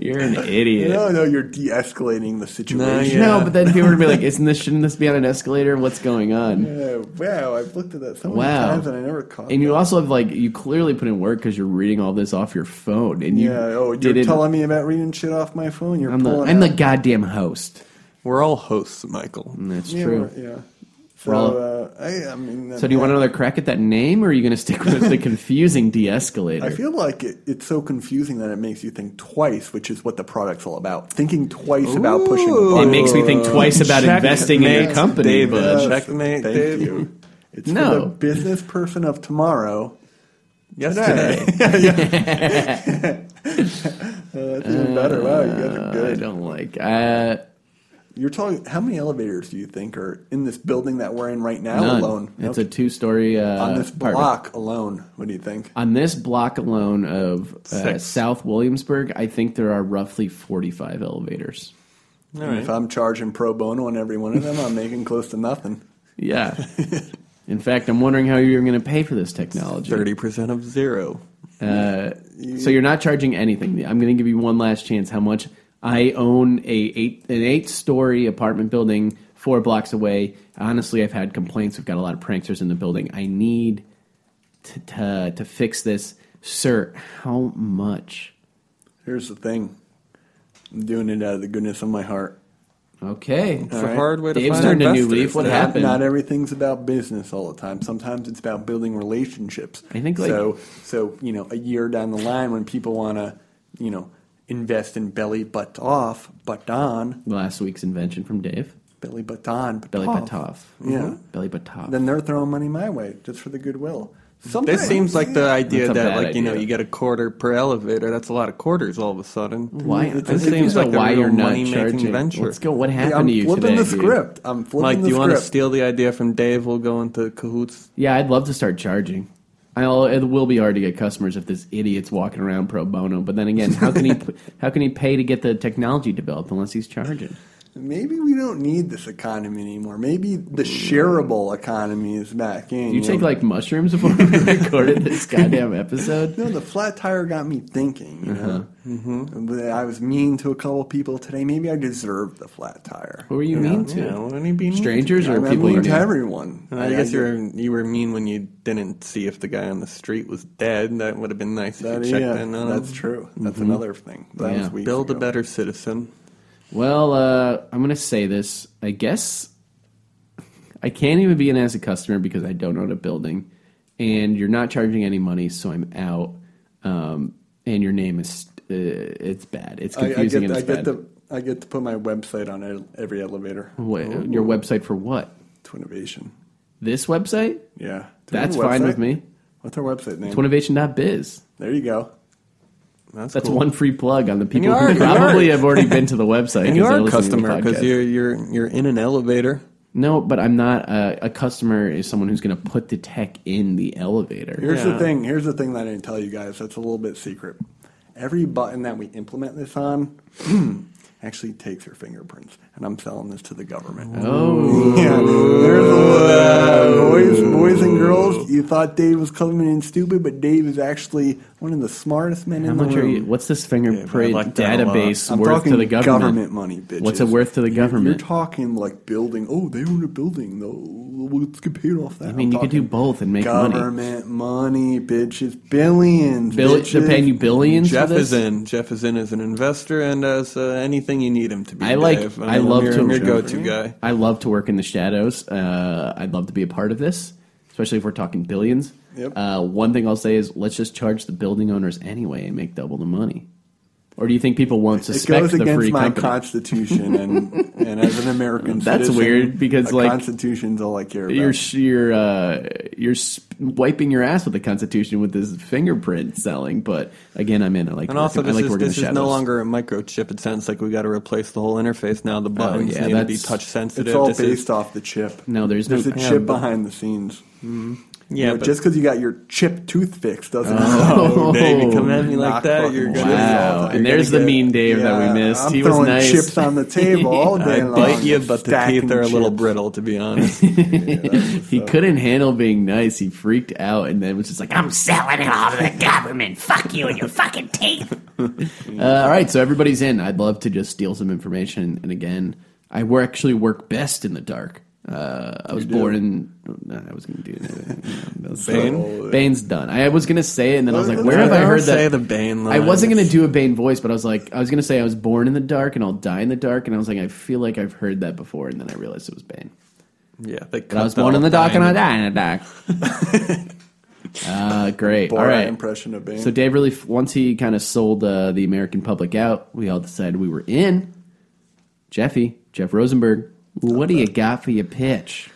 Speaker 3: You're an idiot.
Speaker 5: no, no, you're de-escalating the situation.
Speaker 4: yeah.
Speaker 3: No, but then people are gonna be like, "Isn't this? Shouldn't this be on an escalator? What's going on?"
Speaker 5: Yeah, wow, I've looked at that so many
Speaker 3: Wow.
Speaker 5: times and I never caught.
Speaker 3: And you
Speaker 5: that.
Speaker 3: also have like you clearly put in work because you're reading all this off your phone, and you
Speaker 5: yeah, oh, you're
Speaker 3: didn't-
Speaker 5: telling me about reading shit off my phone. You're
Speaker 3: I'm the
Speaker 5: pulling
Speaker 3: I'm the
Speaker 5: out-
Speaker 3: goddamn host.
Speaker 4: We're all hosts, Michael.
Speaker 3: And that's
Speaker 5: yeah,
Speaker 3: true.
Speaker 5: Yeah. So,
Speaker 3: We're all-
Speaker 5: uh, I, I mean,
Speaker 3: So do you want another crack at that name, or are you gonna stick with the confusing de-escalator?
Speaker 5: I feel like it, it's so confusing that it makes you think twice, which is what the product's all about. Thinking twice about pushing the
Speaker 4: Ooh.
Speaker 3: it
Speaker 5: button.
Speaker 3: makes me
Speaker 5: Uh,
Speaker 3: think twice about
Speaker 4: Checkmate,
Speaker 3: investing in a company.
Speaker 4: David.
Speaker 3: bud.
Speaker 5: Yes,
Speaker 4: Checkmate,
Speaker 5: Thank
Speaker 4: Dave.
Speaker 5: you. It's
Speaker 3: No.
Speaker 5: for the business person of tomorrow.
Speaker 4: Yesterday.
Speaker 5: Uh, that's even better. Wow, you guys are
Speaker 3: I
Speaker 5: good.
Speaker 3: don't like. Uh,
Speaker 5: You're talking. How many elevators do you think are in this building that we're in right now
Speaker 3: none.
Speaker 5: alone?
Speaker 3: It's
Speaker 5: Nope.
Speaker 3: a two-story uh,
Speaker 5: on this
Speaker 3: apartment.
Speaker 5: block alone. What do you think?
Speaker 3: On this block alone of uh,
Speaker 4: Six.
Speaker 3: South Williamsburg, I think there are roughly 45 elevators.
Speaker 4: All
Speaker 5: And If
Speaker 4: right.
Speaker 5: I'm charging pro bono on every one of them, I'm making close to nothing.
Speaker 3: Yeah. In fact, I'm wondering how you're going to pay for this technology.
Speaker 4: Thirty percent of zero.
Speaker 3: So you're not charging anything. I'm going to give you one last chance. How much? I own a eight an eight story apartment building four blocks away. Honestly, I've had complaints. We've got a lot of pranksters in the building. I need to to, to fix this, sir. How much?
Speaker 5: Here's the thing. I'm doing it out of the goodness of my heart.
Speaker 3: Okay.
Speaker 4: It's
Speaker 5: right.
Speaker 4: a hard way to
Speaker 3: Dave's
Speaker 4: find
Speaker 3: turned a new
Speaker 4: investors. e-
Speaker 3: leaf. What
Speaker 5: Not-
Speaker 3: happened?
Speaker 5: Not everything's about business all the time. Sometimes it's about building relationships.
Speaker 3: I think, like-
Speaker 5: so. So you know, a year down the line, when people want to, you know, invest in belly butt off, butt on,
Speaker 3: Last week's invention from Dave.
Speaker 5: belly butt on, butt
Speaker 3: Belly
Speaker 5: off,
Speaker 3: Batov.
Speaker 5: Yeah.
Speaker 3: Belly Batov.
Speaker 5: Then they're throwing money my way just for the goodwill. Sometimes,
Speaker 4: This seems like the idea
Speaker 3: That's a
Speaker 4: that,
Speaker 3: bad
Speaker 4: like you know,
Speaker 3: idea.
Speaker 4: you get a quarter per elevator. That's a lot of quarters all of a sudden.
Speaker 3: why? I'm
Speaker 5: It's- it's
Speaker 4: This seems
Speaker 3: confused
Speaker 4: like
Speaker 3: about why
Speaker 4: a
Speaker 3: you're
Speaker 4: real
Speaker 3: not
Speaker 4: money
Speaker 3: charging.
Speaker 4: making venture.
Speaker 3: Let's go. What
Speaker 5: Hey,
Speaker 3: happened
Speaker 5: I'm
Speaker 3: to you
Speaker 5: flipping
Speaker 3: today?
Speaker 5: the
Speaker 3: dude?
Speaker 5: script. I'm flipping
Speaker 4: Mike,
Speaker 5: the
Speaker 4: do you want to
Speaker 5: script.
Speaker 4: steal the idea from Dave? We'll go into cahoots.
Speaker 3: Yeah, I'd love to start charging. I'll, it will be hard to get customers if this idiot's walking around pro bono. But then again, how can he p- how can he pay to get the technology developed unless he's charging?
Speaker 5: Maybe we don't need this economy anymore. Maybe the
Speaker 4: Mm.
Speaker 5: shareable economy is back in.
Speaker 3: Did you take
Speaker 5: know?
Speaker 3: like mushrooms before we recorded this goddamn episode?
Speaker 5: No, the flat tire got me thinking. You
Speaker 4: Uh-huh.
Speaker 5: know, mm-hmm. I was mean to a couple people today. Maybe I deserved the flat tire.
Speaker 3: Who are you mean to?
Speaker 4: Yeah, wouldn't he be mean?
Speaker 3: Strangers
Speaker 5: I'm
Speaker 3: or
Speaker 5: I'm
Speaker 3: people you
Speaker 5: mean to
Speaker 3: knew?
Speaker 5: everyone.
Speaker 4: I, guess you were you were mean when you didn't see if the guy on the street was dead. That would have been nice
Speaker 5: That,
Speaker 4: if you checked
Speaker 5: yeah,
Speaker 4: in on him.
Speaker 5: that's true. That's another thing. That
Speaker 3: Yeah.
Speaker 5: was weeks
Speaker 4: Build a
Speaker 5: ago.
Speaker 4: better citizen.
Speaker 3: Well, uh, I'm gonna say this. I guess I can't even be in as a customer because I don't own a building, and you're not charging any money, so I'm out. Um, and your name is uh, it's bad. It's
Speaker 5: I, I
Speaker 3: confusing
Speaker 5: get,
Speaker 3: and
Speaker 5: I
Speaker 3: it's bad.
Speaker 5: get to I get to put my website on el- every elevator.
Speaker 3: Wait,
Speaker 4: Oh.
Speaker 3: your website for what?
Speaker 5: Twinnovation.
Speaker 3: This website?
Speaker 5: Yeah, Do we have
Speaker 3: That's
Speaker 5: a
Speaker 3: fine
Speaker 5: website?
Speaker 3: with me.
Speaker 5: What's our website name?
Speaker 3: Twinnovation.biz.
Speaker 5: there you go.
Speaker 4: That's,
Speaker 3: That's
Speaker 4: cool.
Speaker 3: one free plug on the people
Speaker 4: you are-
Speaker 3: who
Speaker 4: you are-
Speaker 3: probably have already been to the website.
Speaker 4: And you
Speaker 3: 'cause
Speaker 4: are
Speaker 3: they're
Speaker 4: a
Speaker 3: listening to the
Speaker 4: customer because
Speaker 3: podcast.
Speaker 4: you're you're you're in an elevator.
Speaker 3: No, but I'm not uh, a, a customer. Is someone who's going to put the tech in the elevator?
Speaker 5: Here's the
Speaker 4: Yeah.
Speaker 5: thing. Here's the thing that I didn't tell you guys. That's a little bit secret. Every button that we implement this on actually takes your fingerprints, and I'm selling this to the government.
Speaker 3: oh,
Speaker 5: Yeah, there's a little uh, boys, boys and girls. You thought Dave was coming in stupid, but Dave is actually one of the smartest men
Speaker 3: how
Speaker 5: in the
Speaker 3: much
Speaker 5: room.
Speaker 3: are you? What's this fingerprint
Speaker 4: Yeah, I like that a lot.
Speaker 3: database
Speaker 5: I'm
Speaker 3: worth
Speaker 5: talking
Speaker 3: to the government?
Speaker 5: money, bitches.
Speaker 3: What's it worth to the
Speaker 5: You're- You're
Speaker 3: government?
Speaker 5: talking like building. Oh, they own a building. though. Let's get paid off that.
Speaker 3: I mean, you could do both and make money.
Speaker 5: government money, bitches, billions.
Speaker 3: Bill-
Speaker 5: bitches.
Speaker 3: they're paying you billions.
Speaker 4: Jeff
Speaker 3: for this?
Speaker 4: is in. Jeff is in as an investor and as uh, anything you need him to be.
Speaker 3: I like-
Speaker 4: Dave.
Speaker 3: I love
Speaker 4: you're,
Speaker 3: to-
Speaker 4: I'm your go-to guy.
Speaker 3: I love to work in the shadows. Uh, I'd love to be a part of this, especially if we're talking billions.
Speaker 5: Yep.
Speaker 3: Uh, one thing I'll say is let's just charge the building owners anyway and make double the money. Or do you think people won't
Speaker 5: It
Speaker 3: suspect
Speaker 5: goes
Speaker 3: the free
Speaker 5: against my
Speaker 3: company?
Speaker 5: constitution, and and as an American,
Speaker 3: That's
Speaker 5: citizen,
Speaker 3: weird, because,
Speaker 5: a
Speaker 3: like,
Speaker 5: constitution's all I care about.
Speaker 3: you're sh- you're uh, you're sp- wiping your ass with the Constitution with this fingerprint selling. But again, I'm in. I like to
Speaker 4: And
Speaker 3: work
Speaker 4: also,
Speaker 3: in- I
Speaker 4: this
Speaker 3: like to
Speaker 4: is
Speaker 3: work in
Speaker 4: this
Speaker 3: the
Speaker 4: is
Speaker 3: shadows.
Speaker 4: no longer a microchip. It sounds like we got to replace the whole interface now. The buttons
Speaker 3: Oh, yeah,
Speaker 4: need to be
Speaker 3: that's-
Speaker 4: touch sensitive.
Speaker 5: it's all
Speaker 4: this
Speaker 5: based
Speaker 4: is,
Speaker 5: off the chip.
Speaker 3: No, there's no-
Speaker 5: there's a
Speaker 3: yeah,
Speaker 5: chip
Speaker 3: but-
Speaker 5: behind the scenes. You
Speaker 4: Yeah,
Speaker 5: know,
Speaker 4: but-
Speaker 5: just because you got your chip tooth fixed doesn't.
Speaker 4: Oh, Dave, you come at me like
Speaker 5: Knock
Speaker 4: that,
Speaker 5: fucking
Speaker 4: you're
Speaker 5: chips
Speaker 4: gonna.
Speaker 3: Wow.
Speaker 5: off.
Speaker 3: And
Speaker 5: You're
Speaker 3: there's
Speaker 5: gonna
Speaker 3: the
Speaker 5: get-
Speaker 3: mean Dave that we
Speaker 5: Yeah,
Speaker 3: missed.
Speaker 5: I'm
Speaker 3: He was
Speaker 5: throwing
Speaker 3: nice.
Speaker 5: chips on the table all day
Speaker 4: I
Speaker 5: long.
Speaker 4: bite you, but the
Speaker 5: Stacking
Speaker 4: teeth are a little
Speaker 5: chips.
Speaker 4: brittle, to be honest.
Speaker 3: He couldn't handle being nice. He freaked out and then was just like, I'm selling it all to the government. Fuck you and your fucking teeth. uh, all right, so everybody's in. I'd love to just steal some information. And again, I wor- actually work best in the dark. Uh, I was born in. oh, No, I was going to do that.
Speaker 4: Bane?
Speaker 3: Bane's done. I was going to say it, and then I was like,
Speaker 5: Well,
Speaker 3: where have I
Speaker 4: Don't
Speaker 3: heard
Speaker 4: say
Speaker 3: that?
Speaker 4: the Bane
Speaker 3: I wasn't
Speaker 4: lines.
Speaker 3: gonna do a Bane voice, but I was like, I was gonna say I was born in the dark and I'll die in the dark, and I was like, I feel like I've heard that before, and then I realized it was Bane.
Speaker 4: Yeah, they
Speaker 3: But I was born in the dark and I die in the dark. uh, great.
Speaker 5: Borat
Speaker 3: all right.
Speaker 5: impression of Bane.
Speaker 3: So Dave really, f- once he kind of sold uh, the American public out, we all decided we were in. Jeffy, Jeff Rosenberg, what do you got for your pitch?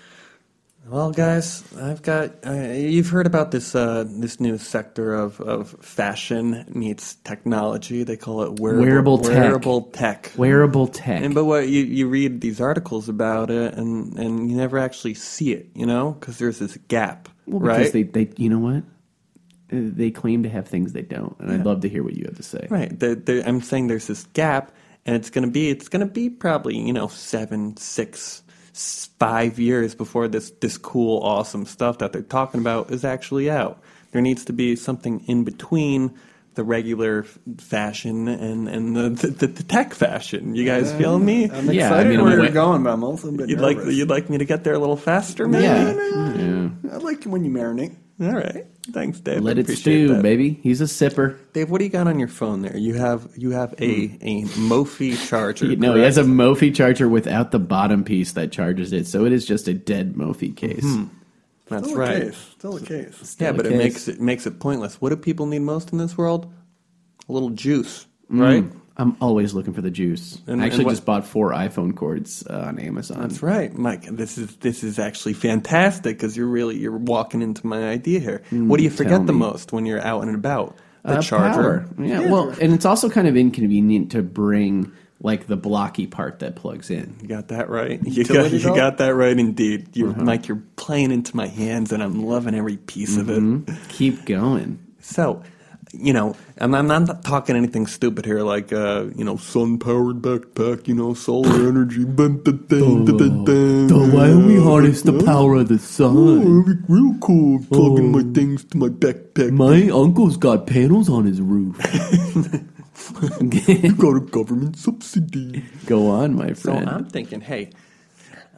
Speaker 4: Well, guys, I've got. Uh, you've heard about this uh, this new sector of, of fashion meets technology. They call it wearable,
Speaker 3: Wearable tech.
Speaker 4: Wearable tech.
Speaker 3: Wearable tech.
Speaker 4: And but what you, you read these articles about it, and, and you never actually see it, you know, because there's this gap,
Speaker 3: Well, because
Speaker 4: right?
Speaker 3: they, they, you know what? Uh, They claim to have things they don't, and I'd love to hear what you have to say.
Speaker 4: Right. There, there, I'm saying there's this gap, and it's gonna be it's gonna be probably you know seven, six, s- five years before this this cool, awesome stuff that they're talking about is actually out. There needs to be something in between the regular f- fashion and and the the, the, the tech fashion. You guys feeling me?
Speaker 5: I'm
Speaker 3: Yeah, I
Speaker 5: excited
Speaker 3: mean,
Speaker 5: where
Speaker 3: I'm
Speaker 5: you're
Speaker 3: wa-
Speaker 5: going, but I'm also a bit
Speaker 4: You'd like
Speaker 5: nervous.
Speaker 4: you'd like me to get there a little faster, maybe?
Speaker 3: Yeah.
Speaker 5: I like when you marinate.
Speaker 4: All right. Thanks, Dave.
Speaker 3: Let
Speaker 4: I
Speaker 3: it
Speaker 4: appreciate
Speaker 3: stew,
Speaker 4: that.
Speaker 3: baby. He's a sipper.
Speaker 4: Dave, what do you got on your phone there? You have you have a a Mophie charger.
Speaker 3: Hmm. No, he
Speaker 4: correct?
Speaker 3: has a Mophie charger without the bottom piece that charges it, so it is just a dead
Speaker 4: Mm-hmm.
Speaker 3: Mophie case.
Speaker 4: That's
Speaker 5: Still
Speaker 4: right.
Speaker 5: a case. Still a case.
Speaker 4: Yeah,
Speaker 3: Still
Speaker 4: but
Speaker 3: a
Speaker 4: it
Speaker 3: case.
Speaker 4: makes it makes it pointless. What do people need most in this world? A little juice,
Speaker 3: Mm.
Speaker 4: right?
Speaker 3: I'm always looking for the juice.
Speaker 4: And-
Speaker 3: I actually
Speaker 4: and what-
Speaker 3: just bought four iPhone cords uh, on Amazon.
Speaker 4: That's right, Mike. This is this is actually fantastic because you're really you're walking into my idea here. what do you forget
Speaker 3: Mm, tell
Speaker 4: the
Speaker 3: me.
Speaker 4: most when you're out and about? The
Speaker 3: Uh,
Speaker 4: charger.
Speaker 3: power. Yeah, well, and it's also kind of inconvenient to bring like the blocky part that plugs in.
Speaker 4: You got that right. You got,
Speaker 5: Utility
Speaker 4: you
Speaker 5: belt?
Speaker 4: got that right indeed. You're
Speaker 3: Uh-huh.
Speaker 4: Mike. You're playing into my hands, and I'm loving every piece
Speaker 3: Mm-hmm.
Speaker 4: of it.
Speaker 3: Keep going.
Speaker 4: So, you know, and I'm not talking anything stupid here, like uh, you know, sun powered backpack, you know, solar energy.
Speaker 3: Oh,
Speaker 4: Why
Speaker 3: of the
Speaker 4: uh,
Speaker 3: Oh.
Speaker 4: Oh, it'd be real cool plugging my things to my backpack.
Speaker 3: My uncle's got panels on his roof.
Speaker 4: got a government subsidy.
Speaker 3: Go on, my
Speaker 4: So
Speaker 3: friend.
Speaker 4: I'm thinking, hey,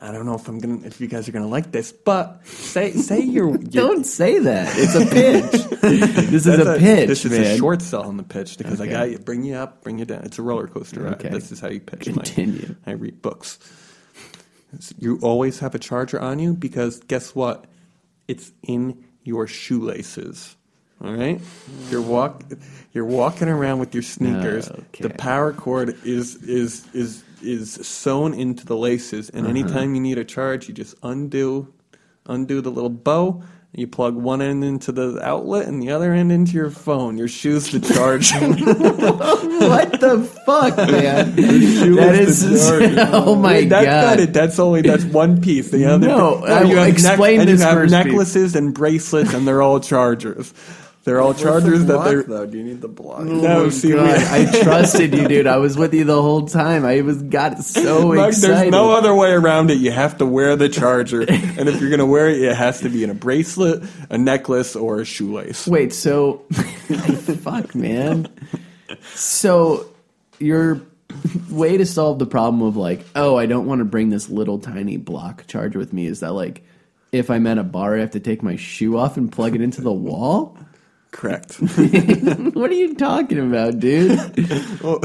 Speaker 4: I don't know if I'm gonna, if you guys are gonna like this, but say, say you're, you're
Speaker 3: Don't say that. It's a pitch. this is
Speaker 4: That's
Speaker 3: a pitch,
Speaker 4: This is
Speaker 3: man.
Speaker 4: a short sell on the pitch because I
Speaker 3: Okay.
Speaker 4: got you, bring you up, bring you down. It's a roller coaster ride.
Speaker 3: Okay.
Speaker 4: This is how you pitch. Mike.
Speaker 3: Continue.
Speaker 4: I read books. It's- You always have a charger on you because guess what? It's in your shoelaces. All right, you're walk, you're walking around with your sneakers. The
Speaker 3: Okay.
Speaker 4: power cord is is is is sewn into the laces, and anytime you need a charge, you just undo undo the little bow. and You plug one end into the outlet and the other end into your phone. Your shoes to charge.
Speaker 3: what the fuck, man?
Speaker 4: shoe
Speaker 3: that
Speaker 4: is
Speaker 3: is
Speaker 4: the charger.
Speaker 3: oh my
Speaker 4: that's
Speaker 3: god.
Speaker 4: not it. That's only that's one piece. The other
Speaker 3: No,
Speaker 4: pi-
Speaker 3: I will
Speaker 4: have
Speaker 3: explain
Speaker 4: and
Speaker 3: this
Speaker 4: you have
Speaker 3: first piece.
Speaker 4: necklaces and bracelets, and they're all chargers. They're all
Speaker 5: Where's
Speaker 4: chargers
Speaker 5: the
Speaker 4: that they're.
Speaker 5: block, though. Do you need the block?
Speaker 4: No, see, we-
Speaker 3: Oh God, I trusted you, dude. I was with you the whole time. I was got so
Speaker 4: Mike,
Speaker 3: excited.
Speaker 4: there's no other way around it. You have to wear the charger, and if you're going to wear it, it has to be in a bracelet, a necklace, or a shoelace.
Speaker 3: Wait, so fuck, man. So your way to solve the problem of like, oh, I don't want to bring this little tiny block charger with me is that like if I'm at a bar, I have to take my shoe off and plug it into the wall?
Speaker 4: Correct.
Speaker 3: What are you talking about, dude? You're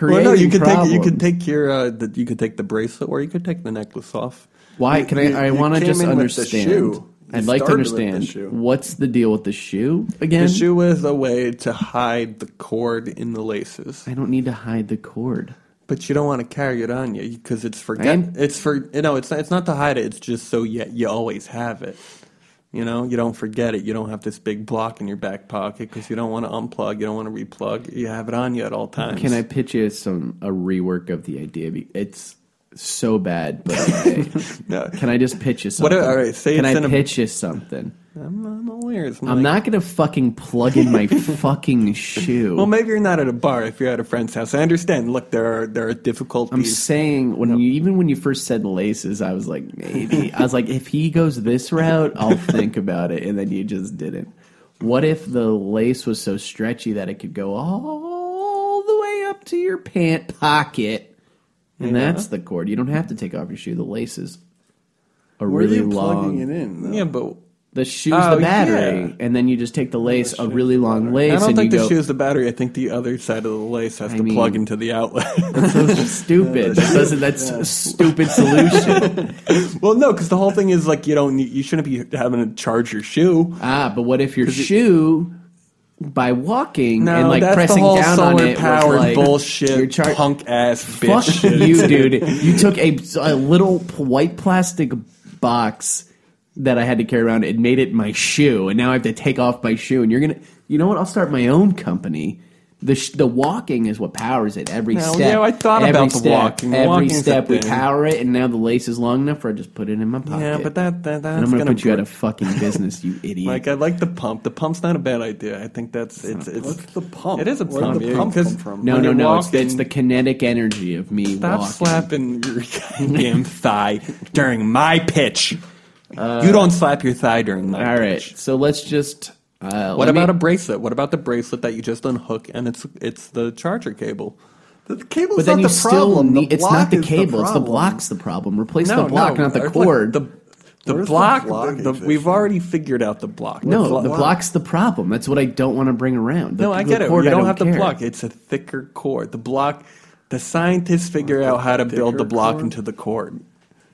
Speaker 4: well, no,
Speaker 3: creating
Speaker 4: you could take you
Speaker 3: problems.
Speaker 4: could take your uh, the, you could take the bracelet or you could take the necklace off.
Speaker 3: Why can I? I
Speaker 5: you
Speaker 3: want to
Speaker 5: came
Speaker 3: just
Speaker 5: in with the shoe.
Speaker 3: understand.
Speaker 5: You
Speaker 3: I'd like to
Speaker 5: started with the
Speaker 3: understand
Speaker 5: shoe.
Speaker 3: what's the deal with the shoe again.
Speaker 4: The shoe is a way to hide the cord in the laces,
Speaker 3: I don't need to hide the cord.
Speaker 4: but you don't want to carry it on you because it's for
Speaker 3: Right?
Speaker 4: it's for you know it's not, it's not to hide it. It's just so you you always have it. You know, you don't forget it. You don't have this big block in your back pocket because you don't want to unplug. You don't want to replug. You have it on you at all times.
Speaker 3: Can I pitch you some a rework of the idea? Be- It's so bad, but I-
Speaker 4: No.
Speaker 3: can I just pitch you something?
Speaker 4: What if- all right, say
Speaker 3: can
Speaker 4: it's in
Speaker 3: I
Speaker 4: a-
Speaker 3: pitch you something?
Speaker 4: I'm, I'm aware. It's
Speaker 3: I'm
Speaker 4: like-
Speaker 3: not gonna fucking plug in my fucking shoe.
Speaker 4: Well, maybe you're not at a bar if you're at a friend's house. I understand. Look, there are there are difficulties.
Speaker 3: I'm saying when you even when you first said laces, I was like maybe I was like if he goes this route, I'll think about it, and then you just didn't. What if the lace was so stretchy that it could go all the way up to your pant pocket, and that's the cord. You don't have to take off your shoe. The lace is a
Speaker 5: Where
Speaker 3: really
Speaker 5: are you
Speaker 3: long.
Speaker 5: plugging it in? though?
Speaker 4: yeah, but
Speaker 3: The shoe's
Speaker 4: Oh,
Speaker 3: the battery,
Speaker 4: yeah.
Speaker 3: and then you just take the lace, a really long lace,
Speaker 4: I don't
Speaker 3: and
Speaker 4: think
Speaker 3: you
Speaker 4: the
Speaker 3: go.
Speaker 4: shoe's the battery. I think the other side of the lace has
Speaker 3: I
Speaker 4: to plug
Speaker 3: mean-
Speaker 4: into the outlet.
Speaker 3: stupid. That doesn't. That's a stupid solution.
Speaker 4: well, no, because the whole thing is like you don't need, you shouldn't be having to charge your shoe.
Speaker 3: ah, but what if your shoe, by walking
Speaker 4: No,
Speaker 3: and like
Speaker 4: that's
Speaker 3: pressing
Speaker 4: the whole
Speaker 3: down
Speaker 4: solar
Speaker 3: on it,
Speaker 4: power
Speaker 3: was like
Speaker 4: bullshit,
Speaker 3: Your char-
Speaker 4: punk ass
Speaker 3: fuck
Speaker 4: bitch.
Speaker 3: you, dude. You took a, a little p- white plastic box that I had to carry around and made it my shoe, and now I have to take off my shoe. And you're gonna, you know what? I'll start my own company. The, sh- the walking is what powers it every
Speaker 4: No,
Speaker 3: step.
Speaker 4: yeah, I thought
Speaker 3: every
Speaker 4: about the
Speaker 3: step,
Speaker 4: walking. The
Speaker 3: Every
Speaker 4: walking's a
Speaker 3: step we
Speaker 4: thing.
Speaker 3: power it, and now the lace is long enough where I just put it in my pocket.
Speaker 4: Yeah, but that, that that's
Speaker 3: and I'm gonna, put you
Speaker 4: break-
Speaker 3: out of fucking business, you idiot.
Speaker 4: Like I like the pump. The pump's not a bad idea. I think that's it's it's.
Speaker 5: What's the pump?
Speaker 4: It is a
Speaker 5: Where did
Speaker 4: pump.
Speaker 5: the
Speaker 4: yeah,
Speaker 5: pump
Speaker 4: 'cause
Speaker 5: come from?
Speaker 3: no,
Speaker 4: when
Speaker 3: no,
Speaker 4: you're
Speaker 3: no. It's, it's
Speaker 4: walking-
Speaker 3: the kinetic energy of me
Speaker 4: Stop
Speaker 3: walking.
Speaker 4: slapping your goddamn thigh during my pitch. you don't slap your thigh during my
Speaker 3: Uh, All right,
Speaker 4: pitch.
Speaker 3: so let's just. Uh,
Speaker 4: What
Speaker 3: let me-
Speaker 4: about a bracelet? What about the bracelet that you just unhook and it's it's the charger cable?
Speaker 5: The cable's
Speaker 3: But then
Speaker 5: not
Speaker 3: you
Speaker 5: the
Speaker 3: still
Speaker 5: problem. The
Speaker 3: need. It's
Speaker 5: block
Speaker 3: not the
Speaker 5: is
Speaker 3: cable. it's the
Speaker 5: problem.
Speaker 3: block's the problem. Replace the block, not the
Speaker 4: like
Speaker 3: cord.
Speaker 4: The, the
Speaker 5: Where's the
Speaker 4: block.
Speaker 5: block
Speaker 4: the-
Speaker 5: issue?
Speaker 4: we've already figured out the block.
Speaker 3: no,
Speaker 4: The block-
Speaker 3: the block's the problem. That's what I don't want to bring around. The,
Speaker 4: No, I
Speaker 3: the
Speaker 4: get it.
Speaker 3: cord,
Speaker 4: you
Speaker 3: I
Speaker 4: don't have the
Speaker 3: care.
Speaker 4: block. It's a thicker cord. The block. The scientists figure out how to build the
Speaker 5: thicker
Speaker 4: block
Speaker 5: cord?
Speaker 4: into the cord.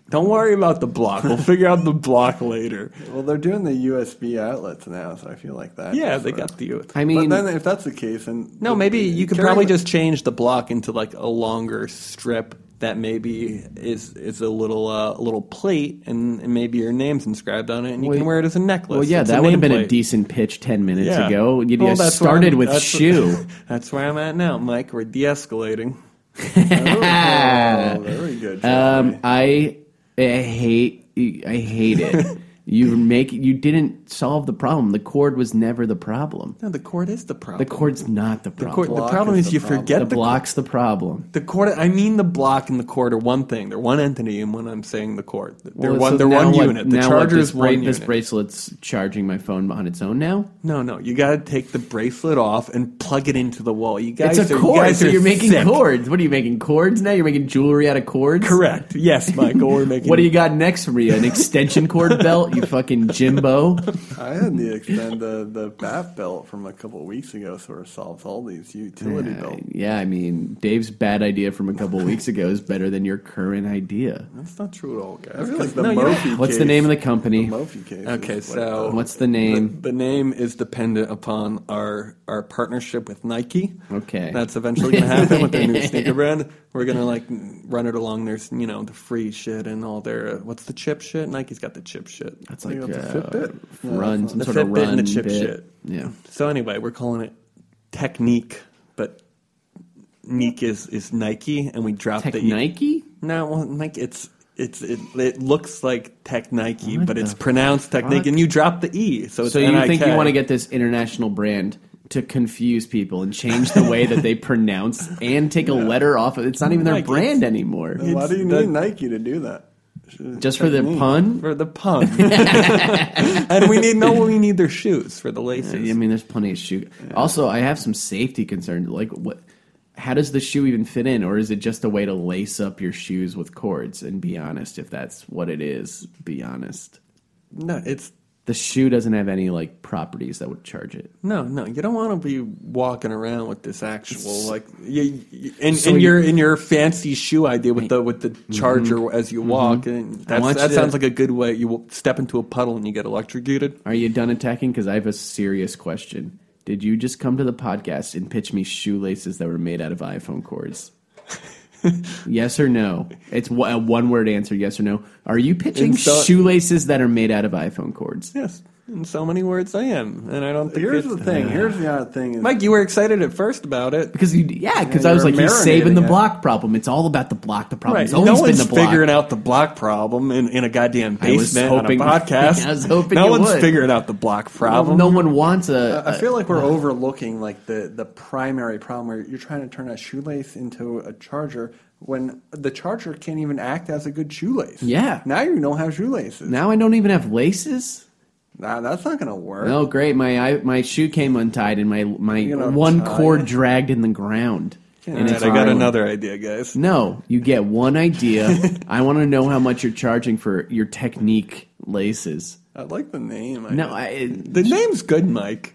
Speaker 4: Don't worry about the block. We'll figure out the block later.
Speaker 5: Well, they're doing the USB outlets now, so I feel like that.
Speaker 4: Yeah,
Speaker 5: is
Speaker 4: they
Speaker 5: a-
Speaker 4: got the.
Speaker 3: I mean,
Speaker 5: but then if that's the case, then
Speaker 4: No, maybe you could
Speaker 5: Carry
Speaker 4: probably
Speaker 5: the-
Speaker 4: just change the block into like a longer strip that maybe is is a little uh, a little plate, and, and maybe your name's inscribed on it, and you
Speaker 3: Well,
Speaker 4: can wear it as a necklace.
Speaker 3: well, yeah,
Speaker 4: It's
Speaker 3: that would have been a
Speaker 4: nameplate.
Speaker 3: decent pitch ten minutes
Speaker 4: Yeah.
Speaker 3: ago. You
Speaker 4: Well,
Speaker 3: guys
Speaker 4: that's where
Speaker 3: started
Speaker 4: I'm-
Speaker 3: with
Speaker 4: that's-
Speaker 3: shoe.
Speaker 4: That's where I'm at now, Mike. We're de-escalating.
Speaker 5: Oh, very good.
Speaker 3: Um, I, I hate I hate it. you make you didn't solve the problem. The cord was never the problem.
Speaker 4: No, the cord is the problem.
Speaker 3: The cord's not the
Speaker 4: The, cord,
Speaker 3: problem.
Speaker 4: the
Speaker 5: block
Speaker 4: problem
Speaker 5: is
Speaker 4: is,
Speaker 5: the
Speaker 4: you
Speaker 5: problem.
Speaker 4: forget
Speaker 3: The
Speaker 4: the,
Speaker 3: block's the problem.
Speaker 4: The cord. I mean, the block and the cord are one thing. They're one entity, and when I'm saying the cord, they're
Speaker 3: Well,
Speaker 4: one.
Speaker 3: so
Speaker 4: they're
Speaker 3: now
Speaker 4: one
Speaker 3: what-
Speaker 4: unit. The
Speaker 3: now what,
Speaker 4: charger
Speaker 3: this
Speaker 4: is one
Speaker 3: bra- This
Speaker 4: unit.
Speaker 3: bracelet's charging my phone on its own now.
Speaker 4: No, no, you got to take the bracelet off and plug it into the wall. You guys,
Speaker 3: it's a
Speaker 4: are,
Speaker 3: cord.
Speaker 4: You guys
Speaker 3: so
Speaker 4: are
Speaker 3: you're making
Speaker 4: sick.
Speaker 3: cords. What are you making cords now? You're making jewelry out of cords.
Speaker 4: Correct. Yes, Michael, we're making.
Speaker 3: What do you got next for you? An extension cord belt? You fucking Jimbo.
Speaker 5: I had the extend the the bat belt from a couple weeks ago, sort of solves all these utility
Speaker 3: Uh,
Speaker 5: belts.
Speaker 3: yeah, I mean, Dave's bad idea from a couple weeks ago is better than your current idea.
Speaker 4: That's not true at all, guys.
Speaker 5: I feel like the
Speaker 4: No, you don't-
Speaker 5: Murphy.
Speaker 3: What's
Speaker 5: case,
Speaker 3: the name of the company?
Speaker 5: Murphy case?
Speaker 4: Okay,
Speaker 5: is what-
Speaker 4: so
Speaker 3: What's the name?
Speaker 4: The, the name is dependent upon our our partnership with Nike.
Speaker 3: Okay.
Speaker 4: that's eventually going to happen with their new sneaker brand. We're going to like run it along their you know the free shit and all their uh, what's the chip shit. Nike's got the chip shit.
Speaker 3: That's like
Speaker 5: got the
Speaker 3: uh,
Speaker 5: Fitbit.
Speaker 3: Run, some
Speaker 4: Uh, The
Speaker 3: sort of
Speaker 4: Fitbit
Speaker 3: run
Speaker 4: and the chip
Speaker 3: bit.
Speaker 4: shit.
Speaker 3: Yeah.
Speaker 4: So anyway, we're calling it Technique, but Neek is is Nike, and we dropped
Speaker 3: Tech
Speaker 4: the E.
Speaker 3: Nike?
Speaker 4: No, well, Mike, it's it's it, it looks like Tech Nike,
Speaker 3: What
Speaker 4: but it's
Speaker 3: the
Speaker 4: pronounced Technique,
Speaker 3: fuck?
Speaker 4: and you drop the e, so it's
Speaker 3: So you think you
Speaker 4: NIK.
Speaker 3: want to get this international brand to confuse people and change the way that they pronounce and take a letter off of It's not even their
Speaker 4: Like, it's-
Speaker 3: brand anymore.
Speaker 5: Then Why
Speaker 4: It's
Speaker 5: do you
Speaker 4: the-
Speaker 5: need Nike to do that? Should-
Speaker 3: Just for the
Speaker 5: technique.
Speaker 3: pun?
Speaker 4: for the pun, and we need no, we need their shoes for the laces.
Speaker 3: I mean, there's plenty of shoe. Also, I have some safety concerns. Like, what? How does the shoe even fit in, or is it just a way to lace up your shoes with cords? And be honest, if that's what it is, be honest.
Speaker 4: no, it's
Speaker 3: The shoe doesn't have any like properties that would charge it.
Speaker 4: No, no, you don't want to be walking around with this actual like you, you, in,
Speaker 3: So you- Mm-hmm.
Speaker 4: in your in your fancy shoe idea with the with the charger as you walk, and that's,
Speaker 3: want
Speaker 4: that
Speaker 3: you
Speaker 4: sounds
Speaker 3: to-
Speaker 4: like a good way. You will step into a puddle and you get electrocuted.
Speaker 3: Are you done attacking? Because I have a serious question. Did you just come to the podcast and pitch me shoelaces that were made out of iPhone cords? yes or no? It's wa- a one word answer. Yes or no. Are you pitching
Speaker 4: Insult-
Speaker 3: shoelaces that are made out of iPhone cords?
Speaker 4: Yes, in so many words I am, and I don't think
Speaker 5: Here's
Speaker 4: it's-
Speaker 5: the thing. Here's the odd thing. Is
Speaker 4: Mike, you were excited at first about it.
Speaker 3: Because you, yeah, because
Speaker 5: Yeah,
Speaker 3: I was
Speaker 5: you're
Speaker 3: like, he's saving the
Speaker 5: marinating it.
Speaker 3: block problem. It's all about the block. The problem.
Speaker 4: Right,
Speaker 3: It's always
Speaker 4: no
Speaker 3: been
Speaker 4: one's
Speaker 3: the block.
Speaker 4: figuring out the block problem in, in a goddamn
Speaker 3: I was
Speaker 4: basement
Speaker 3: hoping-
Speaker 4: on a podcast.
Speaker 3: I was hoping
Speaker 4: no
Speaker 3: you
Speaker 4: one's
Speaker 3: would.
Speaker 4: figuring out the block problem.
Speaker 3: No one wants a.
Speaker 5: I feel like we're overlooking like the the primary problem where you're trying to turn a shoelace into a charger when the charger can't even act as a good shoelace.
Speaker 3: Yeah.
Speaker 5: Now you don't have shoelaces.
Speaker 3: now I don't even have laces.
Speaker 5: Nah, that's not gonna work.
Speaker 3: Oh, great! My I, my shoe came untied, and my my
Speaker 5: You're gonna
Speaker 3: one
Speaker 5: tie
Speaker 3: cord
Speaker 5: it.
Speaker 3: dragged in the ground.
Speaker 4: All
Speaker 3: And
Speaker 4: right,
Speaker 3: it's
Speaker 4: I got
Speaker 3: Ireland.
Speaker 4: another idea, guys.
Speaker 3: No, you get one idea. I want to know how much you're charging for your technique laces.
Speaker 5: I like the name. I
Speaker 3: No, I,
Speaker 4: The name's good, Mike.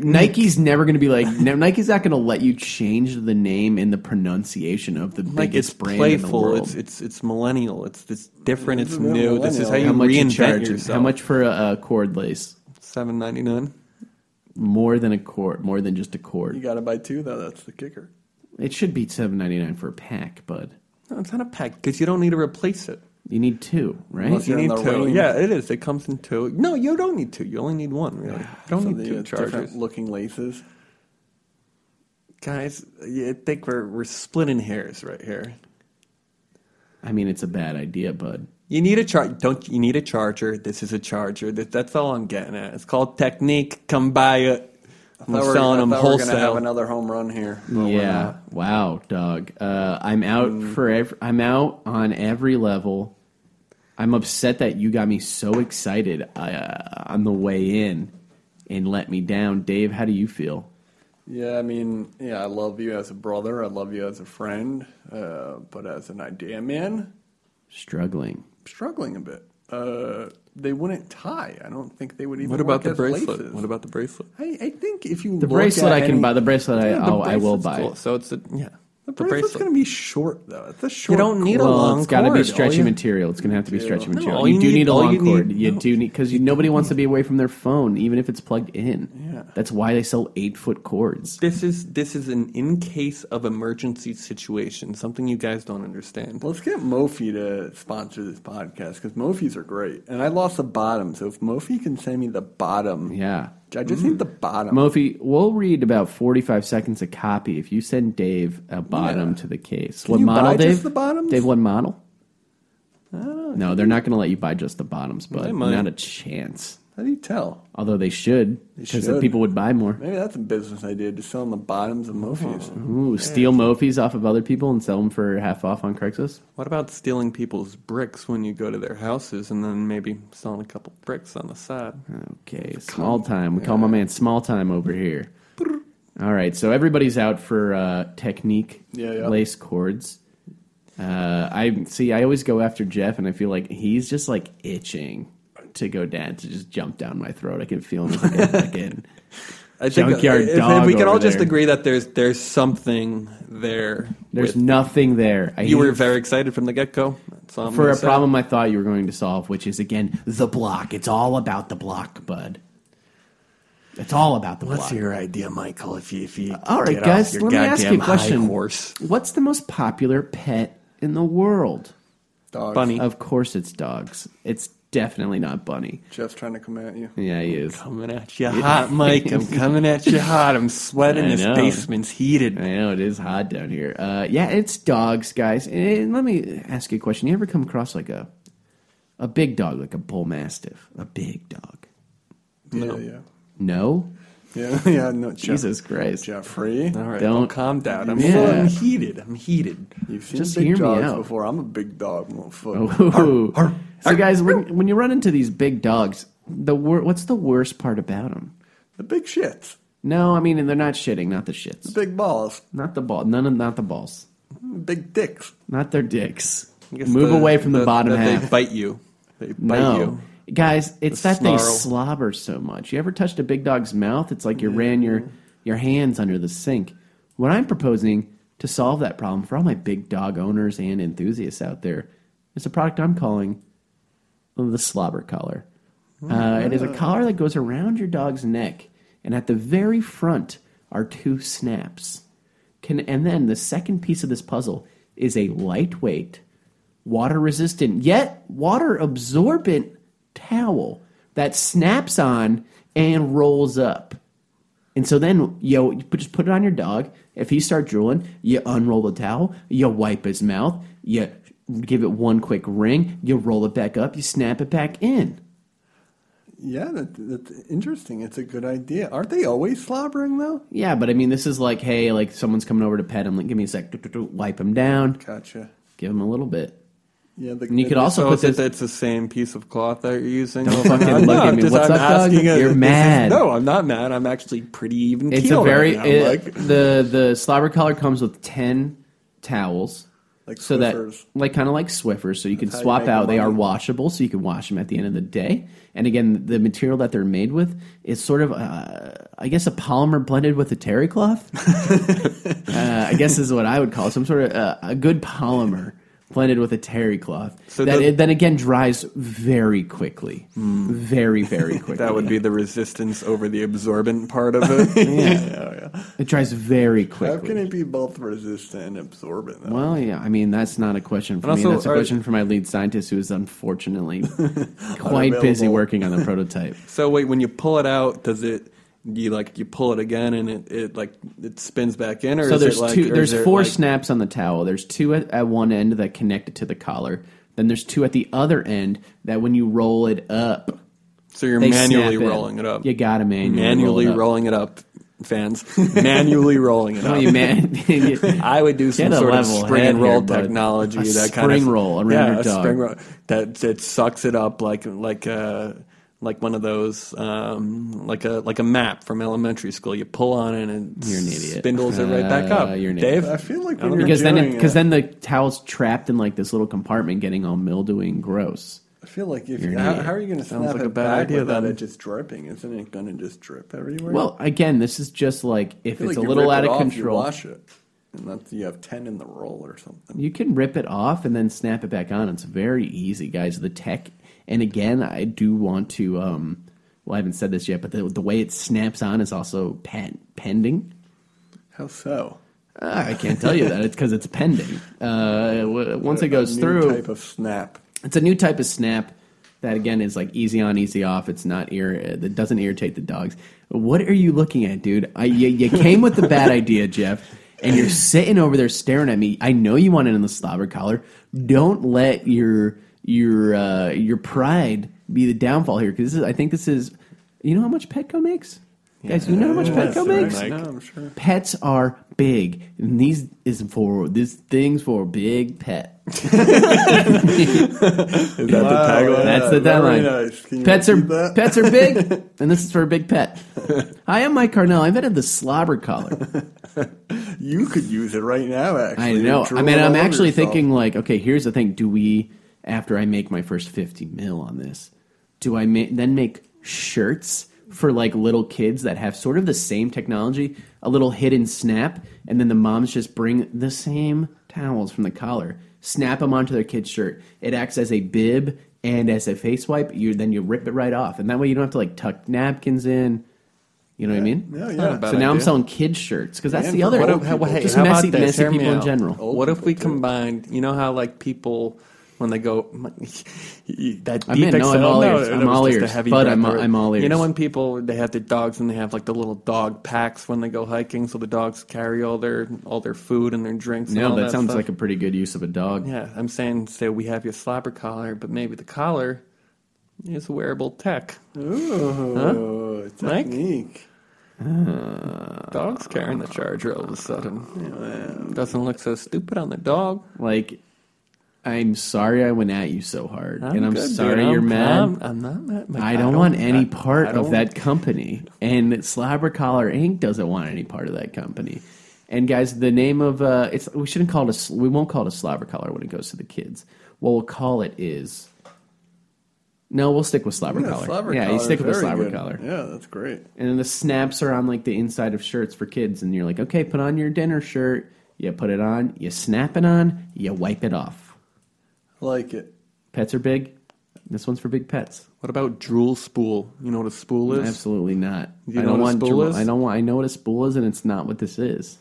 Speaker 3: Nike's never going to be like. no, Nike's not going to let you change the name and the pronunciation of the
Speaker 4: Like
Speaker 3: biggest
Speaker 4: it's
Speaker 3: brand in the
Speaker 4: playful.
Speaker 3: world.
Speaker 4: it's it's it's millennial. It's it's different. It's
Speaker 5: It's
Speaker 4: new.
Speaker 5: real
Speaker 4: This is
Speaker 5: millennial.
Speaker 4: how you
Speaker 3: how much you
Speaker 4: reinvent
Speaker 3: charge?
Speaker 4: yourself.
Speaker 3: How much for a, a cord lace?
Speaker 4: Seven ninety nine.
Speaker 3: More than a cord. More than just a
Speaker 5: You
Speaker 3: cord.
Speaker 5: gotta buy two though. That's the kicker.
Speaker 3: It should be seven ninety nine for a pack, bud.
Speaker 4: No, it's not a pack because you don't need to replace it.
Speaker 3: You need two, right?
Speaker 5: Unless
Speaker 4: You
Speaker 5: You're in
Speaker 4: need
Speaker 5: the
Speaker 4: two.
Speaker 5: range.
Speaker 4: Yeah, it is. It comes in two. No, you don't need two. You only need one. Really, you don't
Speaker 5: So
Speaker 4: need
Speaker 5: they
Speaker 3: uh,
Speaker 4: two
Speaker 5: have
Speaker 4: chargers.
Speaker 5: different looking laces.
Speaker 4: Guys, I think we're we're splitting hairs right here.
Speaker 3: I mean, it's a bad idea, bud.
Speaker 4: You need a char- don't you need a charger? This is a charger. That, that's all I'm getting at. It's called Technique. Come buy it. I'm
Speaker 5: I thought we're-
Speaker 4: selling
Speaker 5: I
Speaker 4: them
Speaker 5: thought we're gonna have
Speaker 4: wholesale.
Speaker 5: another home run here.
Speaker 3: yeah. Wow, dog. Uh, I'm out
Speaker 4: Mm.
Speaker 3: for. Ev- I'm out on every level. I'm upset that you got me so excited uh, on the way in and let me down. Dave, how do you feel?
Speaker 5: Yeah, I mean, yeah, I love you as a brother. I love you as a friend. Uh, but as an idea man,
Speaker 3: Struggling.
Speaker 5: struggling a bit. Uh, they wouldn't tie. I don't think they would even.
Speaker 4: What about
Speaker 5: work
Speaker 4: the
Speaker 5: as
Speaker 4: bracelet?
Speaker 5: laces.
Speaker 4: What about the bracelet?
Speaker 5: I, I think if you
Speaker 3: The
Speaker 5: look
Speaker 3: bracelet
Speaker 5: at
Speaker 3: I can
Speaker 5: any-
Speaker 3: buy. The bracelet I-
Speaker 5: the
Speaker 3: I'll- I will
Speaker 5: bracelet's
Speaker 3: buy.
Speaker 5: cool.
Speaker 4: So it's a yeah.
Speaker 5: The bracelet's going to be short though. It's a short.
Speaker 4: don't need a
Speaker 5: cord.
Speaker 3: well,
Speaker 4: long
Speaker 3: it's got to
Speaker 4: cord.
Speaker 3: be
Speaker 4: All
Speaker 3: stretchy
Speaker 4: you-
Speaker 3: material. It's going to have to be stretchy
Speaker 4: No,
Speaker 3: material.
Speaker 4: all
Speaker 3: you,
Speaker 4: you
Speaker 3: do
Speaker 4: need-
Speaker 3: need a
Speaker 4: all
Speaker 3: long
Speaker 4: you need-
Speaker 3: cord. you
Speaker 4: no.
Speaker 3: do need because nobody wants to be away from their phone, even if it's plugged in.
Speaker 5: Yeah.
Speaker 3: That's why they sell eight foot cords.
Speaker 4: This is this is an in case of emergency situation. Something you guys don't understand.
Speaker 5: Let's get Mophie to sponsor this podcast because Mophies are great, and I lost the bottom. So if Mophie can send me the bottom,
Speaker 3: Yeah.
Speaker 5: I just need the bottom.
Speaker 3: Mophie, we'll read about 45 seconds a copy if you send Dave a bottom
Speaker 5: Yeah.
Speaker 3: to the case.
Speaker 5: Can
Speaker 3: what
Speaker 5: you
Speaker 3: model,
Speaker 5: buy
Speaker 3: Dave?
Speaker 5: just the bottoms? Ah,
Speaker 3: Dave, what model? No, they're not going to let you buy just the bottoms, but
Speaker 4: They might.
Speaker 3: not a chance.
Speaker 5: How do you tell?
Speaker 3: Although they should, because then
Speaker 5: should.
Speaker 3: people would buy more.
Speaker 5: Maybe that's a business idea, just selling the bottoms of Mophies.
Speaker 3: Ooh, steal Mophies off of other people and sell them for half off on Craigslist?
Speaker 4: What about stealing people's bricks when you go to their houses and then maybe selling a couple bricks on the side?
Speaker 3: Okay, small time. We call my man small time over here. All right, so everybody's out for uh, technique,
Speaker 5: Yeah, yeah.
Speaker 3: lace cords. Uh, I see. I always go after Jeff, and I feel like he's just like itching to go down to just jump down my throat. I can feel him like, again.
Speaker 4: I think
Speaker 3: Junkyard
Speaker 4: if, if
Speaker 3: dog
Speaker 4: we can all
Speaker 3: over
Speaker 4: just
Speaker 3: there.
Speaker 4: agree that there's there's something there.
Speaker 3: There's
Speaker 4: with-
Speaker 3: nothing there. I
Speaker 4: you were
Speaker 3: hate-
Speaker 4: very excited from the get go.
Speaker 3: for a problem I thought you were going to solve, which is again the block. It's all about the block, bud. It's all about the block.
Speaker 4: your idea, Michael? If you if you
Speaker 3: All right, guys, let me ask you a question.
Speaker 4: Horse.
Speaker 3: What's the most popular pet in the world?
Speaker 5: Dogs.
Speaker 4: Bunny.
Speaker 3: Of course, it's dogs. It's definitely not bunny.
Speaker 5: Jeff's trying to come at you.
Speaker 3: Yeah, he is.
Speaker 4: Coming at you hot, Mike. I'm coming at you hot. I'm sweating.
Speaker 3: I
Speaker 4: This
Speaker 3: know.
Speaker 4: basement's heated.
Speaker 3: I know it is hot down here. Uh, yeah, it's dogs, guys. And let me ask you a question. You ever come across like a a big dog, like a bull mastiff, a big dog?
Speaker 5: Yeah, yeah,
Speaker 3: No,
Speaker 5: yeah, yeah. No, Jeff-
Speaker 3: Jesus Christ.
Speaker 5: Jeffrey.
Speaker 4: All right,
Speaker 3: Don't-
Speaker 4: don't calm down. I'm,
Speaker 3: Yeah.
Speaker 4: I'm heated. I'm heated.
Speaker 5: You've seen
Speaker 3: Just
Speaker 5: big
Speaker 3: hear me
Speaker 5: dogs
Speaker 3: out. Oh.
Speaker 5: before. I'm a big dog, motherfucker.
Speaker 3: Ooh. So, guys, when, when you run into these big dogs, the wor- what's the worst part about them?
Speaker 5: The big shits,
Speaker 3: No, I mean, and they're not shitting, not the shits,
Speaker 5: the big balls,
Speaker 3: not the ball, none of not the balls.
Speaker 5: the big dicks.
Speaker 3: Not their dicks.
Speaker 4: I guess
Speaker 3: Move away from the, bottom
Speaker 4: that They
Speaker 3: half.
Speaker 4: bite you. They bite
Speaker 3: no.
Speaker 4: you.
Speaker 3: Guys, it's
Speaker 4: The
Speaker 3: that they
Speaker 4: snarl.
Speaker 3: slobber so much. You ever touched a big dog's mouth? It's like you
Speaker 4: Mm-hmm.
Speaker 3: ran your, your hands under the sink. What I'm proposing to solve that problem for all my big dog owners and enthusiasts out there is a product I'm calling the slobber collar. Uh, it is a collar that goes around your dog's neck, and at the very front are two snaps. Can, and then the second piece of this puzzle is a lightweight, water resistant, yet water absorbent towel that snaps on and rolls up. And so then, yo, you put- just put it on your dog. If he start drooling, you unroll the towel, you wipe his mouth, you give it one quick ring, you roll it back up, you snap it back in.
Speaker 5: Yeah, that, that's interesting. It's a good idea. Aren't they always slobbering though?
Speaker 3: Yeah, but I mean, this is like, hey, like someone's coming over to pet him. Like, give me a sec. Do, do, do. Wipe him down.
Speaker 5: Gotcha.
Speaker 3: Give him a little bit.
Speaker 5: Yeah, the,
Speaker 3: And you could also
Speaker 4: So
Speaker 3: put
Speaker 4: it's,
Speaker 3: this.
Speaker 4: it's the same piece of cloth that you're using. Oh,
Speaker 3: Don't fucking look at
Speaker 4: I'm
Speaker 3: me. What's
Speaker 4: I'm
Speaker 3: up, dog?
Speaker 4: asking a-
Speaker 3: You're
Speaker 4: this is-
Speaker 3: mad.
Speaker 4: no, I'm not mad. I'm actually pretty even.
Speaker 3: It's a
Speaker 4: keel right
Speaker 3: very
Speaker 4: now,
Speaker 3: it-
Speaker 4: like-
Speaker 3: the the slobber collar comes with ten towels,
Speaker 5: Like
Speaker 3: so that
Speaker 5: Swiffers.
Speaker 3: like kind of like Swiffers, so you can
Speaker 5: That's how you
Speaker 3: swap
Speaker 5: make
Speaker 3: out. They are
Speaker 5: money.
Speaker 3: washable, so you can wash them at the end of the day. And again, the material that they're made with is sort of uh, I guess a polymer blended with a terry cloth. uh, I guess is what I would call it. some sort of uh, a good polymer. Blended with a terry cloth
Speaker 4: So
Speaker 3: that
Speaker 4: the-
Speaker 3: it, then again dries very quickly,
Speaker 5: Hmm.
Speaker 3: very very quickly.
Speaker 4: that would be the resistance over the absorbent part of it.
Speaker 3: it dries very quickly.
Speaker 5: how can it be both resistant and absorbent? Though?
Speaker 3: Well, yeah, I mean that's not a question for
Speaker 4: And
Speaker 3: me.
Speaker 4: also,
Speaker 3: That's a
Speaker 4: are-
Speaker 3: question for my lead scientist, who is unfortunately quite
Speaker 5: Unavailable.
Speaker 3: busy working on the prototype.
Speaker 4: so wait, when you pull it out, does it? You like you pull it again and it, it like it spins back in, or
Speaker 3: so
Speaker 4: is
Speaker 3: there's
Speaker 4: it like,
Speaker 3: two.
Speaker 4: or
Speaker 3: There's
Speaker 4: is it
Speaker 3: four
Speaker 4: like-
Speaker 3: snaps on the towel. There's two at, at one end that connect it to the collar. Then there's two at the other end that when you roll it up,
Speaker 4: So you're
Speaker 3: they
Speaker 4: manually
Speaker 3: snap in.
Speaker 4: rolling it up.
Speaker 3: You gotta manually, roll
Speaker 4: manually
Speaker 3: it up.
Speaker 4: rolling it up, fans. manually rolling it
Speaker 3: No,
Speaker 4: up.
Speaker 3: you man. you-
Speaker 4: I would do some
Speaker 3: Get a
Speaker 4: sort of
Speaker 3: level
Speaker 4: spring
Speaker 3: head
Speaker 4: and roll
Speaker 3: here, bud.
Speaker 4: technology.
Speaker 3: A
Speaker 4: that kind
Speaker 3: spring
Speaker 4: of
Speaker 3: roll around
Speaker 4: yeah,
Speaker 3: your
Speaker 4: a
Speaker 3: dog.
Speaker 4: spring roll that that sucks it up like like uh like one of those um like a like a map from elementary school. You pull on it and
Speaker 3: You're an idiot.
Speaker 4: spindles it right back up.
Speaker 3: Uh, you're an
Speaker 4: Dave,
Speaker 3: idiot.
Speaker 5: I feel like
Speaker 4: don't
Speaker 5: when you're
Speaker 3: because
Speaker 5: doing
Speaker 3: then it, because
Speaker 5: it-
Speaker 3: then the towel's trapped in like this little compartment, getting all mildewy and gross.
Speaker 5: I feel like if
Speaker 3: You're an
Speaker 5: how,
Speaker 3: idiot.
Speaker 5: how are you going to
Speaker 4: Sounds
Speaker 5: snap
Speaker 4: like
Speaker 5: it
Speaker 4: a bad
Speaker 5: back
Speaker 4: idea,
Speaker 5: without
Speaker 4: then.
Speaker 5: it just dripping? Isn't it going to just drip everywhere?
Speaker 3: Well, again, this is just like if
Speaker 5: I feel
Speaker 3: it's
Speaker 5: like
Speaker 3: a
Speaker 5: you
Speaker 3: little
Speaker 5: rip
Speaker 3: out
Speaker 5: it
Speaker 3: of
Speaker 5: off,
Speaker 3: control,
Speaker 5: You wash it, and that's you have ten in the roll or something.
Speaker 3: You can rip it off and then snap it back on. It's very easy, guys. The tech, and again, I do want to. Um, well, I haven't said this yet, but the, the way it snaps on is also pen, pending.
Speaker 5: How so?
Speaker 3: Ah, I can't tell you that it's because it's pending. Uh, w- once it
Speaker 5: A
Speaker 3: goes
Speaker 5: new
Speaker 3: through,
Speaker 5: type of snap.
Speaker 3: it's a new type of snap that again is like easy on, easy off. It's not ir- that doesn't irritate the dogs. What are you looking at, dude? I, you, you came with the bad idea, Jeff, and you're sitting over there staring at me. I know you want it in the slobber collar. Don't let your your uh, your pride be the downfall here, because I think this is. You know how much Petco makes, guys. You know how much
Speaker 5: Yes,
Speaker 3: Petco
Speaker 5: they're
Speaker 3: makes.
Speaker 5: like- No, I'm sure.
Speaker 3: Pets are big, and these is for this thing's for a big pet.
Speaker 4: is that
Speaker 5: Wow,
Speaker 4: the tagline?
Speaker 3: That's
Speaker 5: yeah,
Speaker 3: the
Speaker 5: very
Speaker 3: deadline.
Speaker 5: nice. Can you
Speaker 3: Pets are
Speaker 5: repeat that?
Speaker 3: pets are big, and this is for a big pet. Hi, I'm Mike Carnell. I invented the slobber collar.
Speaker 5: You could use it right now. Actually,
Speaker 3: I
Speaker 5: You're
Speaker 3: know. I
Speaker 5: drooling
Speaker 3: mean,
Speaker 5: all
Speaker 3: I'm
Speaker 5: over
Speaker 3: actually
Speaker 5: yourself.
Speaker 3: thinking like, okay, here's the thing. Do we, after I make my first 50 mil on this, do I ma- then make shirts for like little kids that have sort of the same technology, a little hidden snap, and then the moms just bring the same towels from the collar, snap them onto their kid's shirt. It acts as a bib and as a face wipe. You then you rip it right off, and that way you don't have to like tuck napkins in. You know what I mean?
Speaker 5: Yeah,
Speaker 4: not a
Speaker 5: yeah.
Speaker 4: bad
Speaker 3: So now I'm
Speaker 4: idea.
Speaker 3: selling kids shirts because that's
Speaker 5: And
Speaker 3: the
Speaker 5: for
Speaker 3: other.
Speaker 5: old
Speaker 4: What
Speaker 5: Old
Speaker 4: if,
Speaker 5: people.
Speaker 4: how- hey,
Speaker 3: just
Speaker 4: how about
Speaker 3: messy,
Speaker 4: this?
Speaker 3: messy
Speaker 4: Hear me
Speaker 3: people in
Speaker 4: out.
Speaker 3: general.
Speaker 5: Old
Speaker 4: what if we
Speaker 5: people, too.
Speaker 4: combined? You know how like people when they go that
Speaker 3: I'm in.
Speaker 4: deep
Speaker 3: No,
Speaker 4: exhale.
Speaker 3: I'm all
Speaker 4: no,
Speaker 3: ears.
Speaker 4: that
Speaker 3: I'm
Speaker 4: was
Speaker 3: all
Speaker 4: just a
Speaker 3: ears.
Speaker 4: heavy
Speaker 3: But
Speaker 4: breath.
Speaker 3: I'm- I'm all
Speaker 4: You
Speaker 3: ears.
Speaker 4: know when people they have their dogs and they have like the little dog packs when they go hiking, so the dogs carry all their all their food and their drinks. and
Speaker 3: No,
Speaker 4: all
Speaker 3: that,
Speaker 4: that
Speaker 3: sounds
Speaker 4: stuff.
Speaker 3: like a pretty good use of a dog.
Speaker 4: yeah. I'm saying say we have your slobber collar, but maybe the collar is wearable tech.
Speaker 5: Ooh,
Speaker 4: Mike?
Speaker 5: technique.
Speaker 4: Dogs carrying the charger all of a
Speaker 5: Uh,
Speaker 4: sudden doesn't look so stupid on the dog.
Speaker 3: Like, I'm sorry I went at you so hard,
Speaker 4: I'm
Speaker 3: and I'm
Speaker 4: good, dude.
Speaker 3: sorry
Speaker 4: I'm-
Speaker 3: you're mad.
Speaker 4: I'm, I'm not mad. Like,
Speaker 3: I don't, want any
Speaker 4: I-
Speaker 3: part
Speaker 4: I
Speaker 3: of
Speaker 4: don't-
Speaker 3: that company, and Slobber Collar Inc. doesn't want any part of that company. And guys, the name of uh, it's we shouldn't call it a sl- we won't call it a slobber collar when it goes to the kids. What we'll call it is no, we'll stick with slobber
Speaker 5: Yeah,
Speaker 3: collar.
Speaker 5: slobber
Speaker 3: yeah, you
Speaker 5: collar,
Speaker 3: stick with the
Speaker 5: very
Speaker 3: slobber
Speaker 5: good.
Speaker 3: collar.
Speaker 5: Yeah, that's great.
Speaker 3: and then the snaps are on like the inside of shirts for kids and you're like okay put on your dinner shirt you put it on you snap it on you wipe it off
Speaker 5: I like it.
Speaker 3: pets are big this one's for big pets
Speaker 4: What about drool spool? You know what a spool is?
Speaker 3: absolutely not
Speaker 4: You
Speaker 3: i
Speaker 4: know
Speaker 3: don't
Speaker 4: what a
Speaker 3: want
Speaker 4: spool
Speaker 3: dro-
Speaker 4: is?
Speaker 3: i don't want i know what a spool is and it's not what this is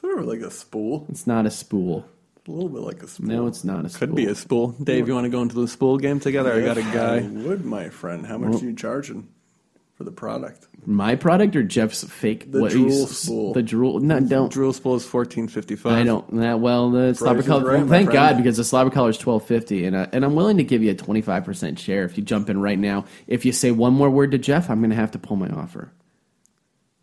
Speaker 5: Sort of like a spool.
Speaker 3: it's not a spool
Speaker 5: a little bit like a spool.
Speaker 3: No, it's not a
Speaker 4: Could
Speaker 3: spool.
Speaker 4: be a spool. Dave, you want to go into the spool game together? I got a
Speaker 5: Yes, I
Speaker 4: guy.
Speaker 5: would, my friend. How much are you charging for the product?
Speaker 3: my product or Jeff's fake.
Speaker 5: The
Speaker 3: what you
Speaker 5: drool
Speaker 3: s-
Speaker 5: spool.
Speaker 3: The drool. No, don't.
Speaker 4: Drool spool is fourteen fifty five.
Speaker 3: I don't. Nah, well, the slobber
Speaker 5: is
Speaker 3: collar.
Speaker 5: right, my
Speaker 3: thank
Speaker 5: friend.
Speaker 3: God, because the slobber collar is twelve fifty, and I, and I'm willing to give you a twenty five percent share if you jump in right now. If you say one more word to Jeff, I'm going to have to pull my offer.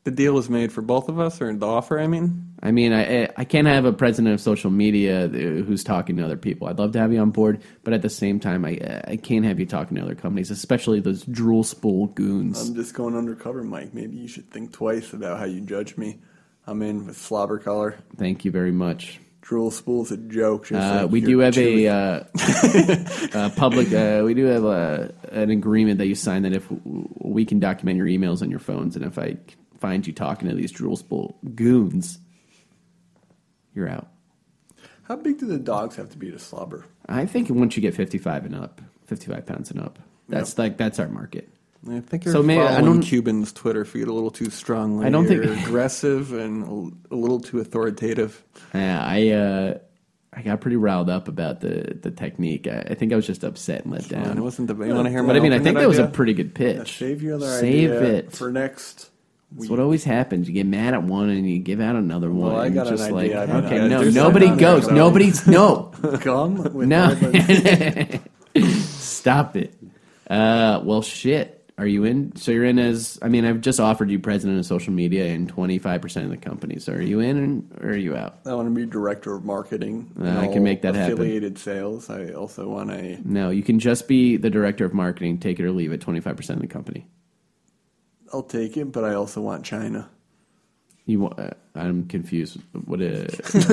Speaker 4: The deal was made for both of us, or the offer. I mean,
Speaker 3: I mean, I I- I can't have a president of social media th- who's talking to other people. I'd love to have you on board, but at the same time, I I can't have you talking to other companies, especially those drool spool goons.
Speaker 5: I'm just going undercover, Mike. Maybe you should think twice about how you judge me. I'm in with slobber collar.
Speaker 3: Thank you very much.
Speaker 5: Drool spool's a joke. Just
Speaker 3: Uh,
Speaker 5: like
Speaker 3: we
Speaker 5: your
Speaker 3: do have
Speaker 5: tooth.
Speaker 3: a, uh, a public. Uh, we do have a, an agreement that you sign that if w- we can document your emails on your phones, and if I find you talking to these drool spool goons, you're out.
Speaker 5: How big do the dogs have to be to slobber?
Speaker 3: I think once you get 55 and up, 55 pounds and up, that's like that's our market.
Speaker 4: I think you're
Speaker 3: So may- I
Speaker 4: following
Speaker 3: don't-
Speaker 4: Cuban's Twitter feed a little too strongly.
Speaker 3: I don't think-
Speaker 4: You're aggressive and a l- a little too authoritative.
Speaker 3: Yeah, I uh, I got pretty riled up about the the technique. I, I think I was just upset and let
Speaker 4: And it
Speaker 3: down.
Speaker 4: wasn't the. You want to hear my
Speaker 3: But I mean, I
Speaker 4: alternate
Speaker 3: think that was a
Speaker 4: idea?
Speaker 3: pretty good pitch.
Speaker 5: Now, save your other
Speaker 3: Save
Speaker 5: idea
Speaker 3: it
Speaker 5: for next
Speaker 3: It's
Speaker 5: week.
Speaker 3: what always happens. You get mad at one and you give out another one.
Speaker 5: I
Speaker 3: and
Speaker 5: got
Speaker 3: just
Speaker 5: an
Speaker 3: like,
Speaker 5: idea. I don't
Speaker 3: okay,
Speaker 5: know.
Speaker 3: no,
Speaker 5: There's
Speaker 3: nobody
Speaker 5: something
Speaker 3: goes.
Speaker 5: there.
Speaker 3: Nobody's no,
Speaker 5: Come with
Speaker 3: no.
Speaker 5: my-
Speaker 3: Stop it. Uh, well, shit. Are you in? So you're in as? I mean, I've just offered you president of social media and 25 percent of the company. So are you in or are you out?
Speaker 5: I want to be director of marketing. and
Speaker 3: Uh, I can
Speaker 5: all
Speaker 3: make that happen.
Speaker 5: affiliated sales. I also want a
Speaker 3: No, you can just be the director of marketing. Take it or leave it. 25 percent of the company.
Speaker 5: I'll take it, but I also want China.
Speaker 3: You. wa- Uh, I'm confused. What? Uh,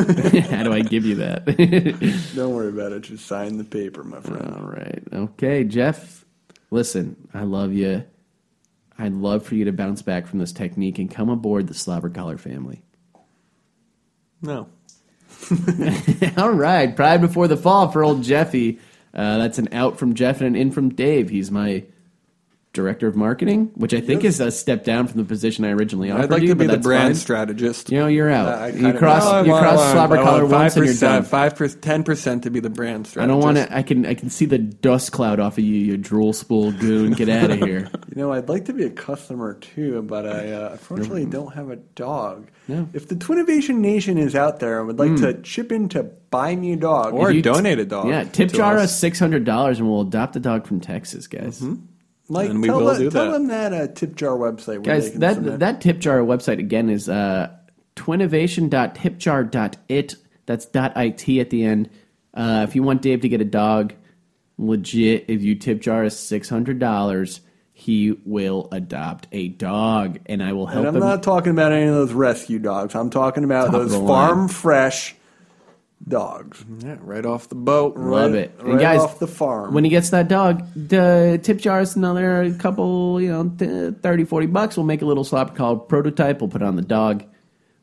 Speaker 3: how do I give you that?
Speaker 5: Don't worry about it. Just sign the paper, my friend.
Speaker 3: All right. Okay, Jeff. Listen, I love you. I'd love for you to bounce back from this technique and come aboard the Slobber Collar family.
Speaker 4: no.
Speaker 3: All right, pride before the fall for old Jeffy. Uh, that's an out from Jeff and an in from Dave. He's my director of marketing, which I think is a step down from the position I originally offered
Speaker 4: I'd like
Speaker 3: you.
Speaker 4: to be
Speaker 3: but
Speaker 4: the
Speaker 3: that's
Speaker 4: brand
Speaker 3: fine.
Speaker 4: strategist.
Speaker 3: You know, you're out.
Speaker 5: Uh, I- I
Speaker 3: you
Speaker 5: kinda-
Speaker 4: Oh,
Speaker 5: uh,
Speaker 3: cross,
Speaker 5: No, I
Speaker 3: you cross Slobber Collar once, and you're done.
Speaker 4: Five percent, ten percent to be the brand
Speaker 3: I
Speaker 4: strategist.
Speaker 3: don't want to. I can. I can see the dust cloud off of you, you drool spool goon. Get out of here.
Speaker 5: You know, I'd like to be a customer too, but I uh, unfortunately don't have a dog.
Speaker 3: No. Hmm.
Speaker 5: If the Twinnovation Nation is out there and would like to chip in to buy me a dog,
Speaker 4: Or
Speaker 3: If you-
Speaker 4: donate a dog.
Speaker 3: Yeah, tip
Speaker 4: to
Speaker 3: jar
Speaker 4: us. Mm-hmm.
Speaker 3: us six hundred dollars, and we'll adopt a dog from Texas, guys.
Speaker 5: Mike,
Speaker 4: And we
Speaker 5: tell,
Speaker 4: will
Speaker 5: the-
Speaker 4: do
Speaker 5: tell
Speaker 4: that.
Speaker 5: them that uh, tip jar website. Where they
Speaker 3: Guys,
Speaker 5: can
Speaker 3: that
Speaker 5: submit.
Speaker 3: that tip jar website again is uh, twinnovation.tipjar.it. That's dot it at the end. Uh, if you want Dave to get a dog, legit, if you tip jar us six hundred dollars, he will adopt a dog, and I will help
Speaker 5: and I'm
Speaker 3: him.
Speaker 5: not talking about any of those rescue dogs. I'm talking about
Speaker 3: Top of
Speaker 5: those
Speaker 3: the line.
Speaker 5: farm fresh dogs.
Speaker 4: Yeah, right off the boat.
Speaker 3: Love
Speaker 5: right-
Speaker 3: it,
Speaker 5: right
Speaker 3: and guys,
Speaker 5: off the farm.
Speaker 3: When he gets that dog, the tip jar is another couple, you know, th- 30, 40 bucks. We'll make a little slop called prototype. We'll put it on the dog.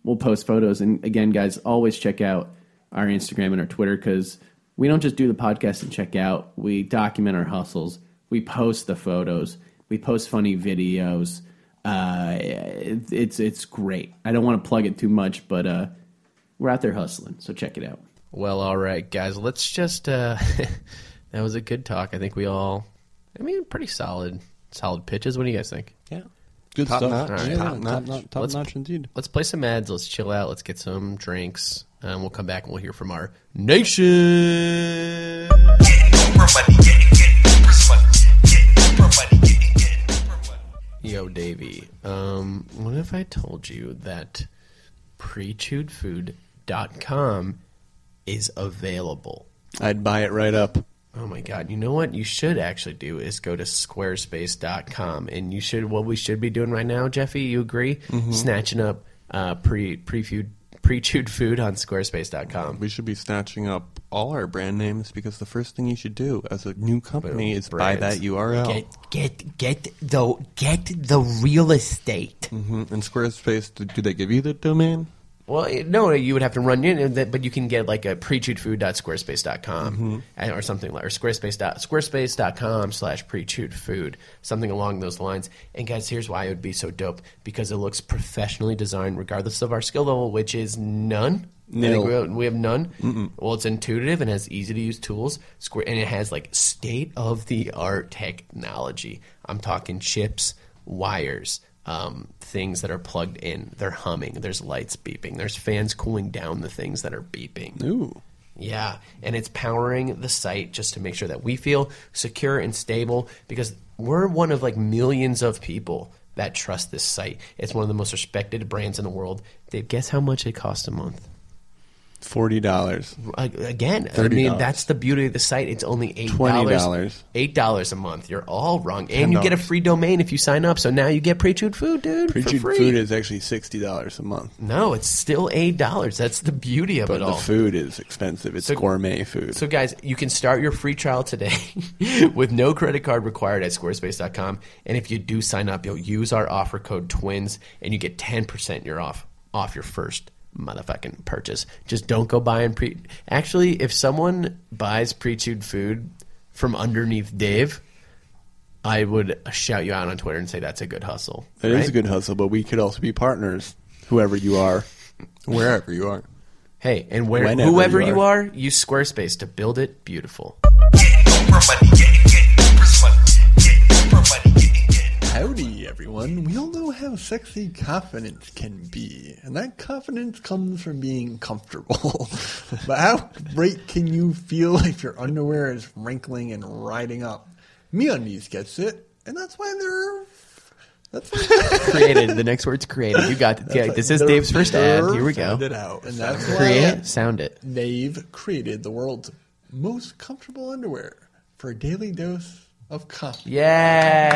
Speaker 3: We'll post photos. And again, guys, always check out our Instagram and our Twitter because we don't just do the podcast and check out. We document our hustles. We post the photos. We post funny videos. Uh, it- it's it's great. I don't want to plug it too much, but uh, we're out there hustling. So check it out. Well, all right, guys. Let's just uh that was a good talk. I think we all I mean pretty solid solid pitches. What do you guys think?
Speaker 6: Yeah. Good top
Speaker 7: stuff.
Speaker 6: Notch.
Speaker 7: Yeah,
Speaker 6: top,
Speaker 7: top
Speaker 6: notch.
Speaker 7: notch. Top
Speaker 6: Let's-
Speaker 7: notch indeed.
Speaker 6: Let's play some ads. Let's chill out. Let's get some drinks.
Speaker 3: Um,
Speaker 6: And we'll come back and we'll hear from our nation. Yo, Davey. Um, what if I told you that prechewedfood.com is available?
Speaker 7: I'd buy it right up.
Speaker 6: Oh my god! You know what you should actually do is go to squarespace.com, and you should what we should be doing right now, Jeffy. You agree?
Speaker 7: Mm-hmm.
Speaker 6: Snatching up uh, pre pre pre-chewed food on squarespace.com.
Speaker 4: We should be snatching up all our brand names because the first thing you should do as a new company is
Speaker 6: Brands.
Speaker 4: buy that URL.
Speaker 8: Get get get the get the real estate.
Speaker 4: hmm And Squarespace, do- do they give you the domain?
Speaker 3: Well, it- no, you would have to run in, that- but you can get like a prechewedfood.squarespace.com and- eh, or something like or squarespace.squarespace.com slash prechewed food, something along those lines. And guys, here's why it would be so dope because it looks professionally designed, regardless of our skill level, which is none. I think we have, we have none. Well, it's intuitive and has easy to use tools. Square and it has like state of the art technology. I'm talking chips, wires, um, things that are plugged in. They're humming. There's lights beeping. There's fans cooling down the things that are beeping.
Speaker 9: Ooh.
Speaker 3: Yeah, and it's powering the site just to make sure that we feel secure and stable because we're one of like millions of people that trust this site. It's one of the most respected brands in the world. Dave, guess how much it costs a month?
Speaker 9: Forty dollars.
Speaker 3: Ag- again, I
Speaker 9: $30.
Speaker 3: mean that's the beauty of the site. It's only eight
Speaker 9: $20.
Speaker 3: eight dollars a month. You're all wrong, and you get a free domain if you sign up. So now you get pre-chewed food, dude. for
Speaker 9: Pre-chewed
Speaker 3: free.
Speaker 9: food is actually sixty dollars a month,
Speaker 3: no, it's still eight dollars. That's the beauty of
Speaker 9: but
Speaker 3: it
Speaker 9: the
Speaker 3: all.
Speaker 9: food is expensive. It's
Speaker 3: So-
Speaker 9: gourmet food.
Speaker 3: So, guys, you can start your free trial today with no credit card required at squarespace.com. And if you do sign up, you'll use our offer code TWINS and you get 10% your off off your first motherfucking purchase. Just don't go buying pre. Actually, if someone buys pre chewed food from underneath Dave, I would shout you out on Twitter and say that's a good hustle.
Speaker 9: It is
Speaker 3: right?
Speaker 9: a good hustle, but we could also be partners, whoever you are, wherever you are.
Speaker 3: Hey, and where,
Speaker 9: Whenever
Speaker 3: whoever
Speaker 9: you
Speaker 3: you are, use Squarespace to build it beautiful.
Speaker 2: Getting Oprah money, getting, getting Oprah's money, getting Oprah money, getting, getting.
Speaker 5: Howdy, everyone. We all know how sexy confidence can be, and that confidence comes from being comfortable. but how great can you feel if your underwear is wrinkling and riding up? MeUndies gets it, and that's why they're. That's why they're
Speaker 3: created. The next word's created. You got yeah, this is
Speaker 5: they're-
Speaker 3: Dave's first ad.
Speaker 5: they're
Speaker 3: Here we go.
Speaker 5: founded out, and that's why
Speaker 3: Create, sound it.
Speaker 5: they've created the world's most comfortable underwear for a daily dose of confidence.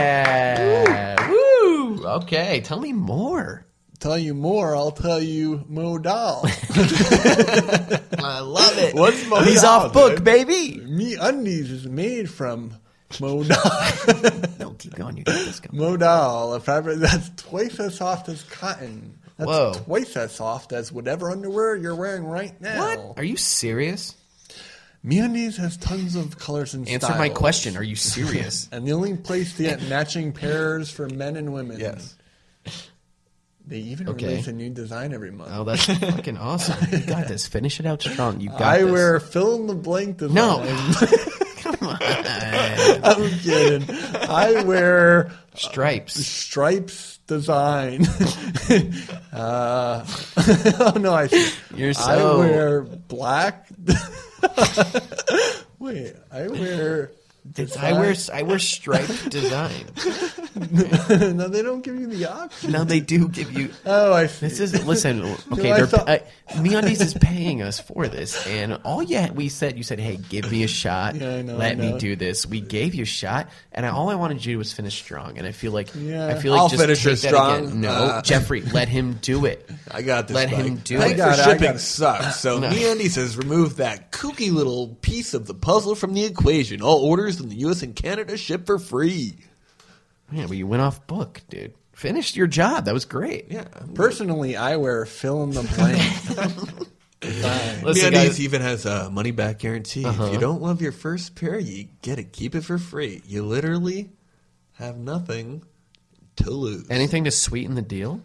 Speaker 3: Yeah. Woo. Okay. Tell me more.
Speaker 5: Tell you more, I'll tell you Modal.
Speaker 3: I love it.
Speaker 5: What's Modal?
Speaker 3: He's off book,
Speaker 5: dude?
Speaker 3: baby.
Speaker 5: Me Undies is made from Modal.
Speaker 3: No, keep going. You got this. Go.
Speaker 5: Modal, a fabric that's twice as soft as cotton. That's
Speaker 3: Whoa.
Speaker 5: twice as soft as whatever underwear you're wearing right now.
Speaker 3: What? Are you serious?
Speaker 5: MeUndies has tons of colors and
Speaker 3: Answer
Speaker 5: styles.
Speaker 3: my question. Are you serious?
Speaker 5: And the only place to get matching pairs for men and women.
Speaker 9: Yes.
Speaker 5: They even
Speaker 3: Okay.
Speaker 5: release a new design every month.
Speaker 3: oh, that's fucking awesome. You got this. Finish it out strong. You got
Speaker 5: I
Speaker 3: this.
Speaker 5: wear fill in the blank design.
Speaker 3: no.
Speaker 5: I'm kidding. I wear
Speaker 3: Stripes.
Speaker 5: stripes design. uh, oh no, I.
Speaker 3: You're so.
Speaker 5: I wear black. Wait, I wear.
Speaker 3: I wear. I wear striped design.
Speaker 5: no, they don't give you the option.
Speaker 3: Now they do give you.
Speaker 5: Oh, I see.
Speaker 3: This is listen. Okay,
Speaker 5: I
Speaker 3: they're,
Speaker 5: thought-
Speaker 3: uh, MeUndies is paying us for this, and all you we said, you said, "Hey, give me a shot.
Speaker 5: Yeah, I know,
Speaker 3: Let
Speaker 5: I
Speaker 3: me
Speaker 5: know.
Speaker 3: do this." We gave you a shot, and I, all I wanted you to do was finish strong. And I feel like
Speaker 5: Yeah.
Speaker 3: I feel like
Speaker 9: I'll
Speaker 3: just
Speaker 9: finish
Speaker 3: take
Speaker 9: it
Speaker 3: that
Speaker 9: strong.
Speaker 3: again. No,
Speaker 9: Uh,
Speaker 3: Jeffrey, let him do it.
Speaker 9: I got this.
Speaker 3: Let
Speaker 9: Mike.
Speaker 3: him do
Speaker 9: Thanks
Speaker 3: it.
Speaker 5: I got
Speaker 9: for
Speaker 5: it, I
Speaker 9: shipping
Speaker 5: got it.
Speaker 9: sucks. So
Speaker 3: No.
Speaker 9: MeUndies has removed that kooky little piece of the puzzle from the equation. All orders in the U.S. and Canada ship for free.
Speaker 3: Yeah, but you went off book, dude. Finished your job. That was great.
Speaker 9: Yeah.
Speaker 5: Personally, I wear fill in the blank.
Speaker 9: MeUndies
Speaker 3: Listen, guys, Uh-huh.
Speaker 9: even has a money back guarantee. If you don't love your first pair, you get to keep it for free. You literally have nothing to lose.
Speaker 3: anything to sweeten the deal?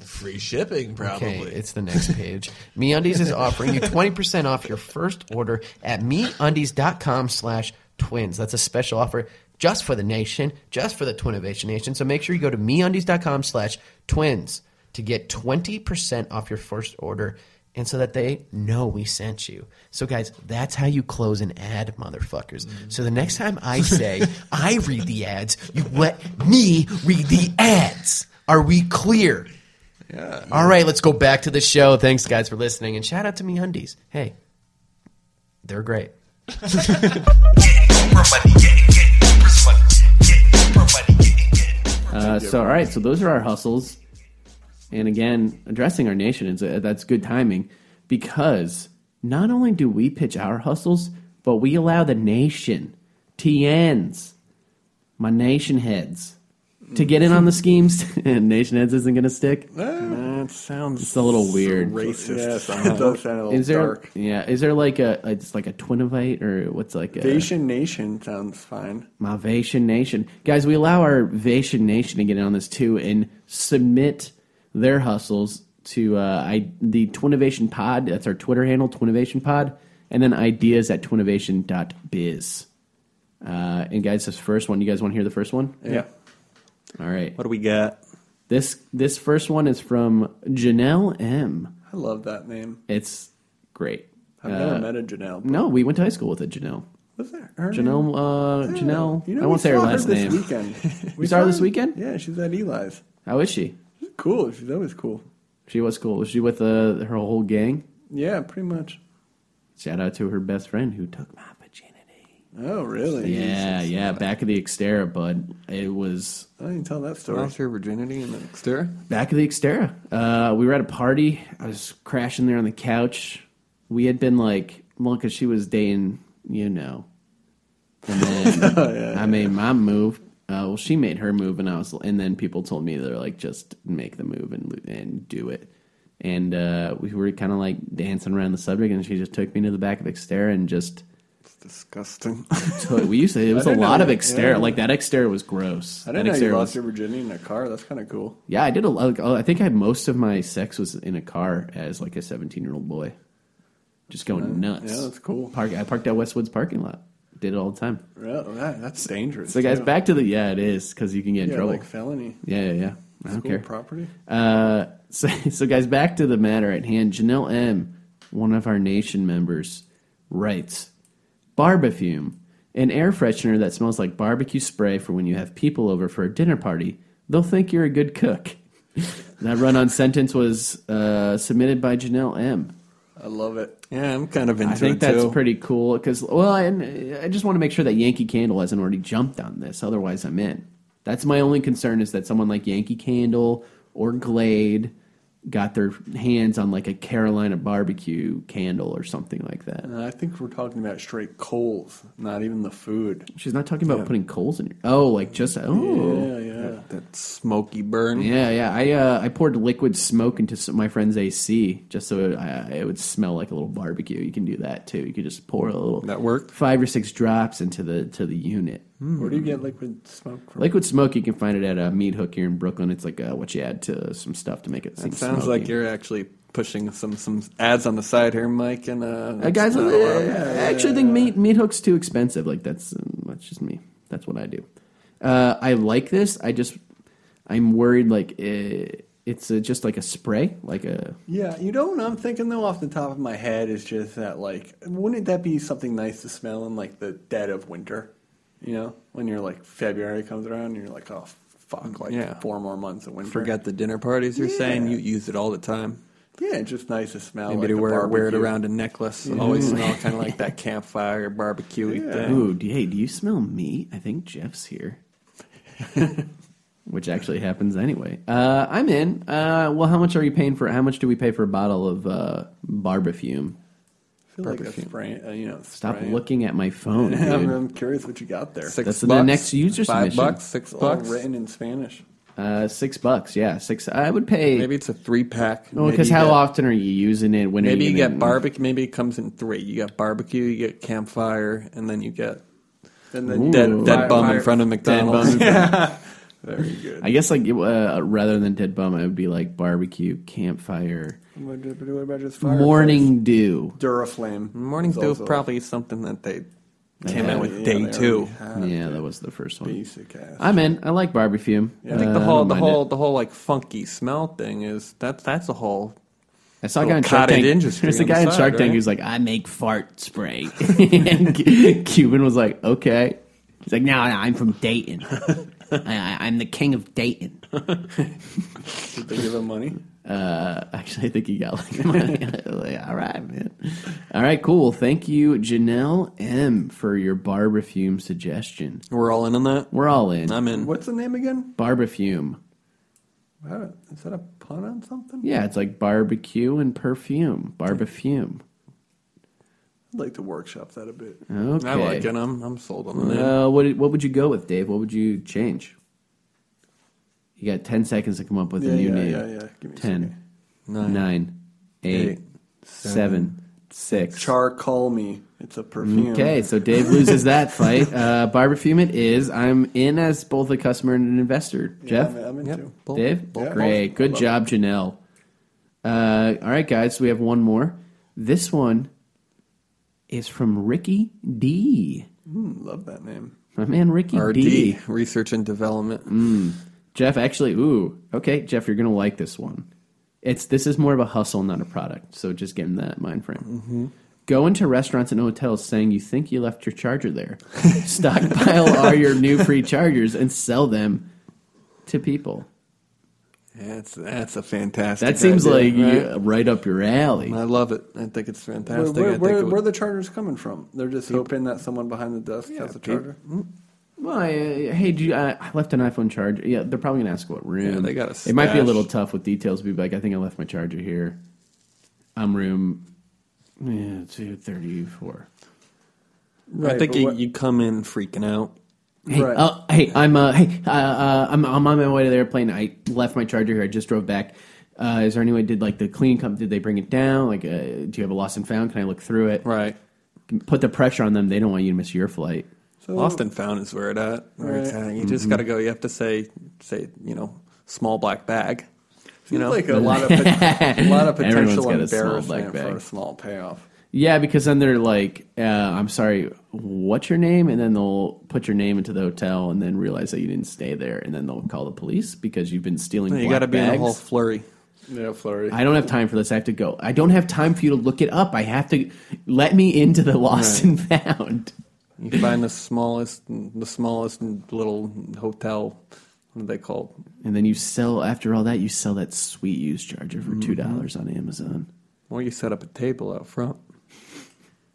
Speaker 9: free shipping, probably.
Speaker 3: Okay, it's the next page. MeUndies is offering you 20% off your first order at MeUndies.com slash twins. That's a special offer just for the nation, just for the Twinnovation Nation. So make sure you go to MeUndies.com slash twins to get 20% off your first order and so that they know we sent you. So guys, that's how you close an ad, motherfuckers. So the next time I say I read the ads, you let me read the ads. Are we clear? All right, let's go back to the show. Thanks, guys, for listening, and shout out to me Undies. Hey, they're great.
Speaker 2: Getting Oprah money, getting, getting Oprah's money, getting Oprah money, getting, getting Oprah money.
Speaker 10: Uh, so, all right, so those are our hustles. And again, addressing our nation is a, that's good timing because not only do we pitch our hustles, but we allow the nation, TNs, my nation heads,
Speaker 3: to get in on the schemes, and Nation Heads isn't going to stick.
Speaker 4: That sounds
Speaker 3: It's a little weird.
Speaker 4: racist.
Speaker 7: Yeah, it does sound a little
Speaker 3: Is there?
Speaker 7: dark.
Speaker 3: Yeah, is there like a it's like a Twinovite or what's like a
Speaker 4: Asian Nation sounds fine.
Speaker 3: my Vation Nation guys? We allow our Vation Nation to get in on this too and submit their hustles to uh, I the Twinovation Pod. That's our Twitter handle, Twinovation Pod, and then ideas at twinovation.biz. Uh, and guys, this first one. You guys want to hear the first one?
Speaker 4: yeah.
Speaker 3: All right.
Speaker 4: What do we got?
Speaker 3: This this first one is from Janelle M.
Speaker 4: I love that name.
Speaker 3: It's great.
Speaker 4: I've never
Speaker 3: Uh,
Speaker 4: met a Janelle.
Speaker 3: No, we went to high school with a Janelle.
Speaker 4: Was that her? name?
Speaker 3: Janelle, uh,
Speaker 4: Yeah.
Speaker 3: Janelle.
Speaker 4: You know,
Speaker 3: I won't
Speaker 4: we
Speaker 3: say her
Speaker 4: saw
Speaker 3: last
Speaker 4: this
Speaker 3: name.
Speaker 4: Weekend.
Speaker 3: We saw her this
Speaker 4: her-
Speaker 3: weekend?
Speaker 4: Yeah, she's at Eli's.
Speaker 3: How is she?
Speaker 4: She's cool. She's always cool.
Speaker 3: She was cool. Was she with uh, her whole gang?
Speaker 4: Yeah, pretty much.
Speaker 3: Shout out to her best friend who took my virginity.
Speaker 4: Oh, really?
Speaker 3: Yeah, yeah. Back of the Xterra, bud. It was
Speaker 4: I didn't tell that story.
Speaker 7: Lost her virginity in the exterior.
Speaker 3: back of the Xterra. Uh, we were at a party. I was crashing there on the couch. We had been like, well, because she was dating, you know. And then
Speaker 4: Oh,
Speaker 3: I made my move. Uh, well, she made her move, and I was, and then people told me they're like, just make the move and lo- and do it. And uh, we were kind of like dancing around the subject, and she just took me to the back of Xterra and just
Speaker 4: It's disgusting.
Speaker 3: took. We used to. It was a
Speaker 4: didn't know
Speaker 3: lot of
Speaker 4: that.
Speaker 3: Xterra.
Speaker 4: Yeah.
Speaker 3: Like that Xterra was gross.
Speaker 4: I
Speaker 3: that
Speaker 4: didn't know you
Speaker 3: Xterra
Speaker 4: lost
Speaker 3: was-
Speaker 4: your virginity in a car. That's kind of cool.
Speaker 3: yeah, I did a lot. Like, oh, I think I had most of my sex was in a car as like a 17 year old boy, just going nuts.
Speaker 4: yeah, that's cool.
Speaker 3: Park, I parked at Westwood's parking lot. Did it all the time.
Speaker 4: Yeah, that, that's dangerous.
Speaker 3: So guys,
Speaker 4: too.
Speaker 3: back to the yeah, it is because you can get in
Speaker 4: yeah,
Speaker 3: trouble.
Speaker 4: like felony.
Speaker 3: yeah, yeah, yeah. I don't
Speaker 4: School
Speaker 3: care.
Speaker 4: property.
Speaker 3: Uh, so, so guys, back to the matter at hand. Janelle M, one of our nation members, writes, "Barbefume, an air freshener that smells like barbecue spray for when you have people over for a dinner party. They'll think you're a good cook." that run-on sentence was uh, submitted by Janelle M.
Speaker 4: I love it.
Speaker 7: Yeah, I'm kind of into
Speaker 3: I think
Speaker 7: it
Speaker 3: that's
Speaker 7: too.
Speaker 3: pretty cool because well, and uh, I just want to make sure that Yankee Candle hasn't already jumped on this. Otherwise, I'm in. That's my only concern is that someone like Yankee Candle or Glade got their hands on like a Carolina barbecue candle or something like that.
Speaker 4: And I think we're talking about straight coals, not even the food.
Speaker 3: She's not talking about putting coals in your. Oh, like just oh.
Speaker 4: Yeah, yeah.
Speaker 7: that smoky burn.
Speaker 3: Yeah, yeah. I uh, I poured liquid smoke into some, my friend's AC just so it, I, it would smell like a little barbecue. You can do that too. You could just pour a little
Speaker 7: That worked.
Speaker 3: five or six drops into the to the unit.
Speaker 4: Hmm. Where do you get liquid smoke from?
Speaker 3: Liquid Smoke, you can find it at a meat hook here in Brooklyn. It's like uh, what you add to some stuff to make it. Seem
Speaker 7: It sounds
Speaker 3: smoky.
Speaker 7: like you're actually pushing some some ads on the side here, Mike. And uh,
Speaker 3: Uh, guys,
Speaker 7: that's
Speaker 3: I,
Speaker 7: not allowed.
Speaker 3: I actually think meat meat hook's too expensive. Like that's um, that's just me. That's what I do. Uh, I like this. I just I'm worried. Like eh, it's uh just like a spray, like a
Speaker 4: Yeah, you know what I'm thinking though, off the top of my head, is just that like, wouldn't that be something nice to smell in like the dead of winter? You know, when you're like February comes around, and you're like, oh fuck, like
Speaker 7: Yeah.
Speaker 4: four more months of winter.
Speaker 7: forget the dinner parties. You're saying
Speaker 4: Yeah.
Speaker 7: you use it all the time.
Speaker 4: Yeah, it's just nice to smell.
Speaker 7: Maybe
Speaker 4: like
Speaker 7: to
Speaker 4: a
Speaker 7: wear wear it
Speaker 4: barbecue.
Speaker 7: around a necklace. Always smell kind of like that campfire barbecue thing.
Speaker 3: Ooh, d- hey, do you smell meat? I think Jeff's here. Which actually happens anyway. Uh, I'm in. Uh, well, how much are you paying for? How much do we pay for a bottle of uh, barbefume?
Speaker 4: I feel like a spray, uh, you know,
Speaker 3: Stop
Speaker 4: spray.
Speaker 3: looking at my phone, dude.
Speaker 4: I'm, I'm curious what you got there.
Speaker 7: Six
Speaker 3: That's the
Speaker 7: bucks,
Speaker 3: next user
Speaker 7: five
Speaker 3: submission.
Speaker 7: bucks, six
Speaker 4: It's all
Speaker 7: bucks.
Speaker 4: written in Spanish.
Speaker 3: Uh, six bucks, yeah, six. I would pay.
Speaker 7: Maybe it's a three pack.
Speaker 3: Oh, because how often are you using it? When are
Speaker 7: Maybe you
Speaker 3: gonna-
Speaker 7: get barbecue. Maybe it comes in three. You got barbecue, you get campfire, and then you get
Speaker 4: And then
Speaker 3: Ooh.
Speaker 7: dead,
Speaker 3: Fire-
Speaker 7: dead bum
Speaker 4: fire-
Speaker 7: in front of
Speaker 3: Dead
Speaker 7: McDonald's.
Speaker 3: bum.
Speaker 4: Very good.
Speaker 3: I guess like uh, rather than dead bum, it would be like barbecue, campfire,
Speaker 4: What about just fire?
Speaker 3: morning dew.
Speaker 4: Duraflame.
Speaker 7: Morning
Speaker 4: It's
Speaker 7: dew is
Speaker 4: also
Speaker 7: probably something that they came
Speaker 4: Yeah,
Speaker 7: out with
Speaker 4: yeah,
Speaker 7: day
Speaker 4: they
Speaker 7: two.
Speaker 4: already have
Speaker 3: Yeah, that was the first one.
Speaker 4: Basic ass.
Speaker 3: I'm in. I like barbecue.
Speaker 7: I think
Speaker 3: Uh,
Speaker 7: the
Speaker 3: I
Speaker 7: whole
Speaker 3: don't
Speaker 7: the
Speaker 3: mind it.
Speaker 7: whole the whole like funky smell thing is that's that's a whole
Speaker 3: I saw a
Speaker 7: Little
Speaker 3: guy in Shark
Speaker 7: cottage
Speaker 3: Tank.
Speaker 7: industry
Speaker 3: There's a
Speaker 7: on the
Speaker 3: guy in
Speaker 7: side,
Speaker 3: Shark Tank
Speaker 7: right?
Speaker 3: who's like, I make fart spray. and Cu- Cuban was like, okay. He's like, no, no I'm from Dayton. I, I, I'm the king of Dayton.
Speaker 4: Did they give him money?
Speaker 3: Uh, actually, I think he got like money. Like, All right, man. All right, cool. Well, thank you, Janelle M, for your barbefume suggestion.
Speaker 7: we're all in on that.
Speaker 3: We're all in.
Speaker 7: I'm in.
Speaker 4: What's the name again?
Speaker 3: Barbefume.
Speaker 4: Wow, Is that a pun on something?
Speaker 3: Yeah, it's like barbecue and perfume. Barbefume.
Speaker 4: I'd like to workshop that a bit.
Speaker 3: Okay.
Speaker 7: I like it. I'm I'm sold on that.
Speaker 3: Uh, what, what would you go with, Dave? What would you change? You got ten seconds to come up with
Speaker 7: Yeah,
Speaker 3: a new
Speaker 7: yeah,
Speaker 3: name.
Speaker 7: yeah, yeah. Give me a
Speaker 3: Ten,
Speaker 7: second.
Speaker 3: nine, eight,
Speaker 7: eight,
Speaker 3: seven, six.
Speaker 7: Charcoal me. It's a perfume.
Speaker 3: Mm, Okay, so Dave loses that fight. Uh, Barber Fumit is. I'm in as both a customer and an investor.
Speaker 7: Yeah,
Speaker 3: Jeff,
Speaker 7: I'm, I'm in too.
Speaker 3: Dave,
Speaker 7: Yeah.
Speaker 3: great,
Speaker 4: Mm,
Speaker 7: Both.
Speaker 3: good
Speaker 7: Love
Speaker 3: job, Janelle. Uh, all right, guys, we have one more. This one is from Ricky D.
Speaker 7: Mm, love that name.
Speaker 3: My man, Ricky
Speaker 4: RD,
Speaker 3: E D. Mm.
Speaker 4: research and development.
Speaker 3: Jeff, actually, ooh, okay, Jeff, you're gonna like this one. It's this is more of a hustle, not a product. So just get in that mind frame.
Speaker 4: Mm-hmm.
Speaker 3: Go into restaurants and hotels saying you think you left your charger there. Stockpile all your new free chargers and sell them to people.
Speaker 4: That's that's a fantastic.
Speaker 3: That seems
Speaker 4: idea,
Speaker 3: like you-
Speaker 4: right?
Speaker 3: right? up your alley.
Speaker 4: I love it. I think it's fantastic.
Speaker 7: Where, where,
Speaker 4: I think
Speaker 7: where,
Speaker 4: it would-
Speaker 7: where are the chargers coming from? They're just hoping that someone behind the desk has a charger.
Speaker 3: Well, I, uh, hey, do you, I I left an iPhone charger. Yeah, they're probably gonna ask what room.
Speaker 4: Yeah, they got a
Speaker 3: It might be a
Speaker 4: stash.
Speaker 3: little tough with details. Be like, I think I left my charger here. I'm room yeah, two thirty four.
Speaker 7: Right,
Speaker 4: I think
Speaker 7: but
Speaker 4: you,
Speaker 7: what-
Speaker 4: you come in freaking out.
Speaker 3: Hey,
Speaker 7: Right.
Speaker 3: uh, hey, I'm uh, hey, uh, uh, I'm I'm on my way to the airplane. I left my charger here. I just drove back. Uh, is there any way did like the cleaning company did they bring it down? Like, uh, do you have a lost and found? Can I look through it?
Speaker 4: Right.
Speaker 3: Put the pressure on them. They don't want you to miss your flight.
Speaker 7: So-
Speaker 4: Lost and found is where it at. Where it's
Speaker 7: Right.
Speaker 4: at. You
Speaker 3: Mm-hmm.
Speaker 4: just got to go. You have to say say you know small black bag.
Speaker 7: Seems like a lot of pot- a lot
Speaker 3: Everyone's
Speaker 7: of potential
Speaker 3: got a small
Speaker 7: embarrassment
Speaker 3: black bag.
Speaker 7: for a small payoff.
Speaker 3: Yeah, because then they're like, uh, I'm sorry, what's your name? And then they'll put your name into the hotel and then realize that you didn't stay there, and then they'll call the police because you've been stealing.
Speaker 4: You
Speaker 3: black
Speaker 4: got to be in a
Speaker 3: bags.
Speaker 4: whole flurry.
Speaker 7: Yeah, flurry.
Speaker 3: I don't have time for this. I have to go. I don't have time for you to look it up. I have to let me into the lost and found.
Speaker 4: You find the smallest the smallest little hotel. What do they call?
Speaker 3: And then you sell after all that, you sell that sweet used charger for two
Speaker 7: Mm-hmm.
Speaker 3: dollars on Amazon.
Speaker 4: Or you set up a table out front.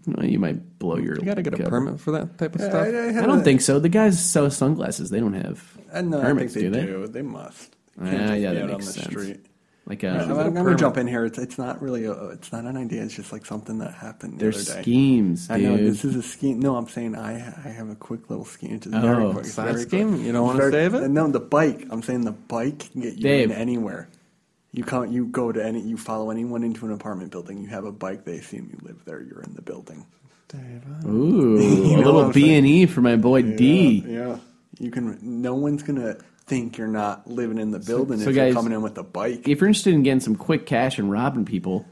Speaker 3: Well, you might blow your
Speaker 4: You got to get a
Speaker 3: cover.
Speaker 4: permit for that type of
Speaker 7: Yeah,
Speaker 4: stuff.
Speaker 7: I,
Speaker 3: I don't think so. The guys sell sunglasses. They don't have
Speaker 7: Uh, I, know, I think
Speaker 3: permits,
Speaker 7: they
Speaker 3: do
Speaker 7: do.
Speaker 3: they?
Speaker 7: They must. You
Speaker 3: Ah,
Speaker 7: can't just
Speaker 3: yeah,
Speaker 7: be
Speaker 3: that
Speaker 7: out
Speaker 3: makes
Speaker 7: on the
Speaker 3: sense.
Speaker 7: street.
Speaker 3: Like
Speaker 7: I'm,
Speaker 3: uh,
Speaker 7: I'm gonna jump in here. It's it's not really a, it's not an idea. It's just like something that happened the
Speaker 3: they're
Speaker 7: other day.
Speaker 3: schemes, dude.
Speaker 7: I know this is a scheme. No, I'm saying I I have a quick little scheme. It's just
Speaker 3: Oh,
Speaker 7: very quick. It's
Speaker 3: side
Speaker 7: very quick.
Speaker 4: scheme? You don't wanna
Speaker 7: Very-
Speaker 4: save it?
Speaker 7: No, the bike. I'm saying the bike can get you
Speaker 3: Dave.
Speaker 7: in anywhere. You come, you go to any, you follow anyone into an apartment building. You have a bike. They assume you live there. You're in the building.
Speaker 3: Ooh, a
Speaker 7: You know what
Speaker 3: little
Speaker 7: I'm
Speaker 3: B
Speaker 7: saying?
Speaker 3: and E for my boy D.
Speaker 7: Yeah, yeah. You can. No one's gonna think you're not living in the building
Speaker 3: so
Speaker 7: if
Speaker 3: guys-
Speaker 7: you're coming in with a bike.
Speaker 3: If you're interested in getting some quick cash and robbing people,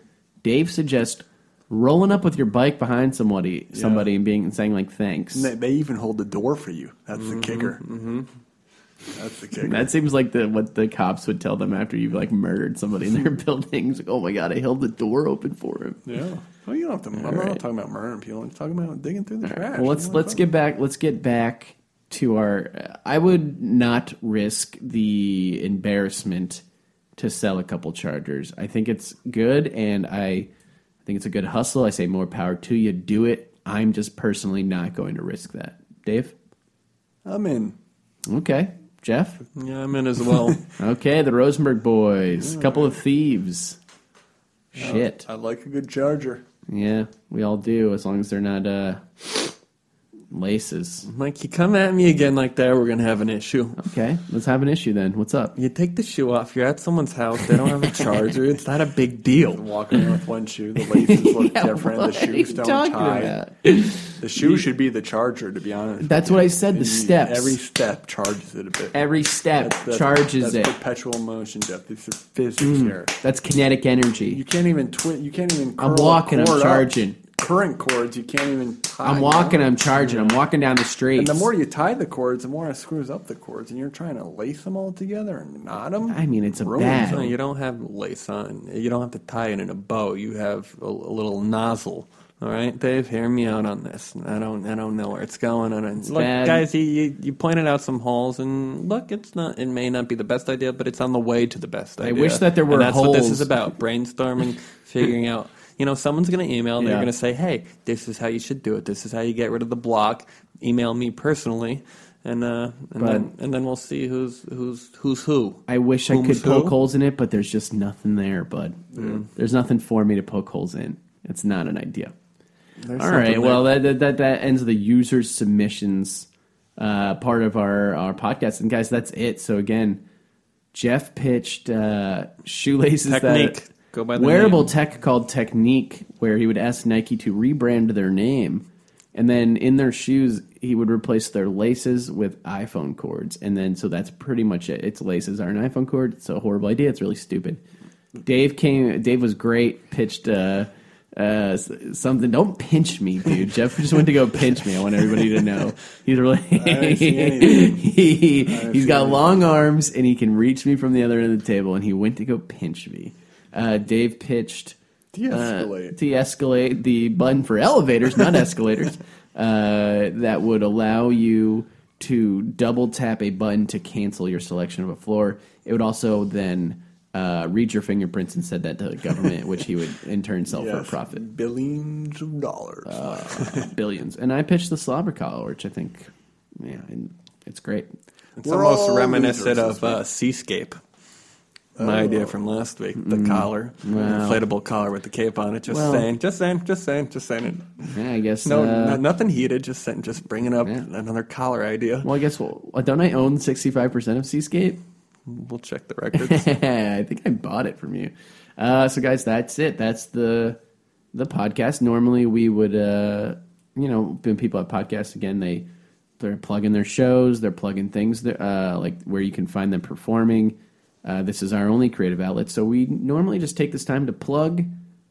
Speaker 3: Dave suggests rolling up with your bike behind somebody, somebody, and being and saying like thanks.
Speaker 7: And They, they even hold the door for you. That's the kicker. Mm-hmm. That's the kicker.
Speaker 3: That seems like the what the cops would tell them after you've like murdered somebody in their buildings. Like, oh my god, I held the door open for him.
Speaker 7: yeah. Oh, you don't have to. I'm
Speaker 3: right.
Speaker 7: not talking about murdering people. I'm talking about digging through the trash.
Speaker 3: Well, let's
Speaker 7: You know,
Speaker 3: let's
Speaker 7: fuck.
Speaker 3: get back. Let's get back to our. I would not risk the embarrassment to sell a couple chargers. I think it's good, and I, I think it's a good hustle. I say more power to you. Do it. I'm just personally not going to risk that. Dave.
Speaker 7: I'm in.
Speaker 3: Okay. Jeff.
Speaker 4: Yeah, I'm in as well.
Speaker 3: Okay. The Rosenberg boys. Couple of thieves. Shit.
Speaker 7: I like a good charger.
Speaker 3: Yeah, we all do, as long as they're not uh, laces.
Speaker 4: Mike, you come at me again like that, we're gonna have an
Speaker 3: Oh,
Speaker 4: issue.
Speaker 3: Okay, let's have an issue then. What's up?
Speaker 4: You take the shoe off. You're at someone's house. They don't have a charger. It's not a big deal.
Speaker 7: Walking around with one shoe, the laces look different. The shoes don't tie. The shoe should be the charger, to be honest.
Speaker 3: That's what I said. The
Speaker 7: And you-
Speaker 3: steps.
Speaker 7: Every step charges it a bit.
Speaker 3: Every step
Speaker 7: That's- that's-
Speaker 3: charges
Speaker 7: that's
Speaker 3: it. Mm.
Speaker 7: Perpetual motion, Jeff. These are physics here.
Speaker 3: That's kinetic
Speaker 7: You
Speaker 3: energy.
Speaker 7: can't even twin. You can't even.
Speaker 3: I'm
Speaker 7: curl a
Speaker 3: walking, I'm
Speaker 7: cord up.
Speaker 3: charging.
Speaker 7: Current cords, you can't even. Tie
Speaker 3: I'm walking.
Speaker 7: down.
Speaker 3: I'm charging. I'm walking down the street.
Speaker 7: And the more you tie the cords, the more it screws up the cords, and you're trying to lace them all together and knot them.
Speaker 3: I mean, it's a
Speaker 7: Ruins
Speaker 3: bad-
Speaker 4: No, you don't have lace on. You don't have to tie it in a bow. You have a, a little nozzle. All right, Dave, hear me out on this. I don't, I don't know where it's going. And it's look,
Speaker 3: bad.
Speaker 4: guys, you, you, you pointed out some holes, and look, it's not. It may not be the best idea, but it's on the way to the best idea.
Speaker 3: wish that there were
Speaker 4: And that's what this
Speaker 3: holes.
Speaker 4: is about: brainstorming, figuring out. You know, someone's going to email. and They're
Speaker 3: Yeah.
Speaker 4: going to say, "Hey, this is how you should do it. This is how you get rid of the block." Email me personally, and uh, and
Speaker 3: But-
Speaker 4: then and then we'll see who's who's who's who.
Speaker 3: I wish I could
Speaker 4: Whom's
Speaker 3: poke
Speaker 4: who?
Speaker 3: holes in it, but there's just nothing there, bud. There's nothing for me to poke holes in. It's not an idea. All right. Well, that, that that that ends the user submissions uh, part of our our podcast, and guys, that's it. So again, Jeff pitched uh, shoelaces
Speaker 4: Technique.
Speaker 3: that
Speaker 4: Go by the
Speaker 3: wearable
Speaker 4: name.
Speaker 3: tech called Technique, where he would ask Nike to rebrand their name, and then in their shoes he would replace their laces with iPhone cords, and then so that's pretty much it. It's laces are an iPhone cord. It's a horrible idea. It's really stupid. Dave came. Dave was great. Pitched. Uh, uh, s- something. Don't pinch me, dude. Jeff just went to go pinch me. I want everybody to know he's really. he he's got long arms and he can reach me from the other end of the table. And he went to go pinch me. Uh, Dave pitched
Speaker 7: De-escalate.
Speaker 3: uh, de-escalate the button for elevators, not escalators, uh, that would allow you to double tap a button to cancel your selection of a floor. It would also then uh, read your fingerprints and send that to the government, which he would in turn sell for a
Speaker 7: Yes,
Speaker 3: profit, Uh,
Speaker 7: Billions of dollars.
Speaker 3: billions. And I pitched the slobber collar, which I think, yeah, and it's great.
Speaker 4: It's
Speaker 7: We're
Speaker 4: almost
Speaker 7: all
Speaker 4: reminiscent
Speaker 7: losers Oh.
Speaker 4: of uh, Seascape. My idea from last week, the collar,
Speaker 3: Wow.
Speaker 4: inflatable collar with the cape on it. Just
Speaker 3: Mm-hmm. Well-
Speaker 4: saying, just saying, just saying, just saying. It.
Speaker 3: Yeah, I guess
Speaker 4: No,
Speaker 3: uh,
Speaker 4: no- nothing heated. Just saying, just bringing up
Speaker 3: Yeah.
Speaker 4: another collar idea.
Speaker 3: Well, I guess well, don't I own sixty five percent of Seascape?
Speaker 4: We'll check the records.
Speaker 3: I think I bought it from you. Uh, so, guys, that's it. That's the the podcast. Normally, we would, uh, you know, when people have podcasts again, they they're plugging their shows, they're plugging things that, uh, like where you can find them performing. Uh, this is our only creative outlet, so we normally just take this time to plug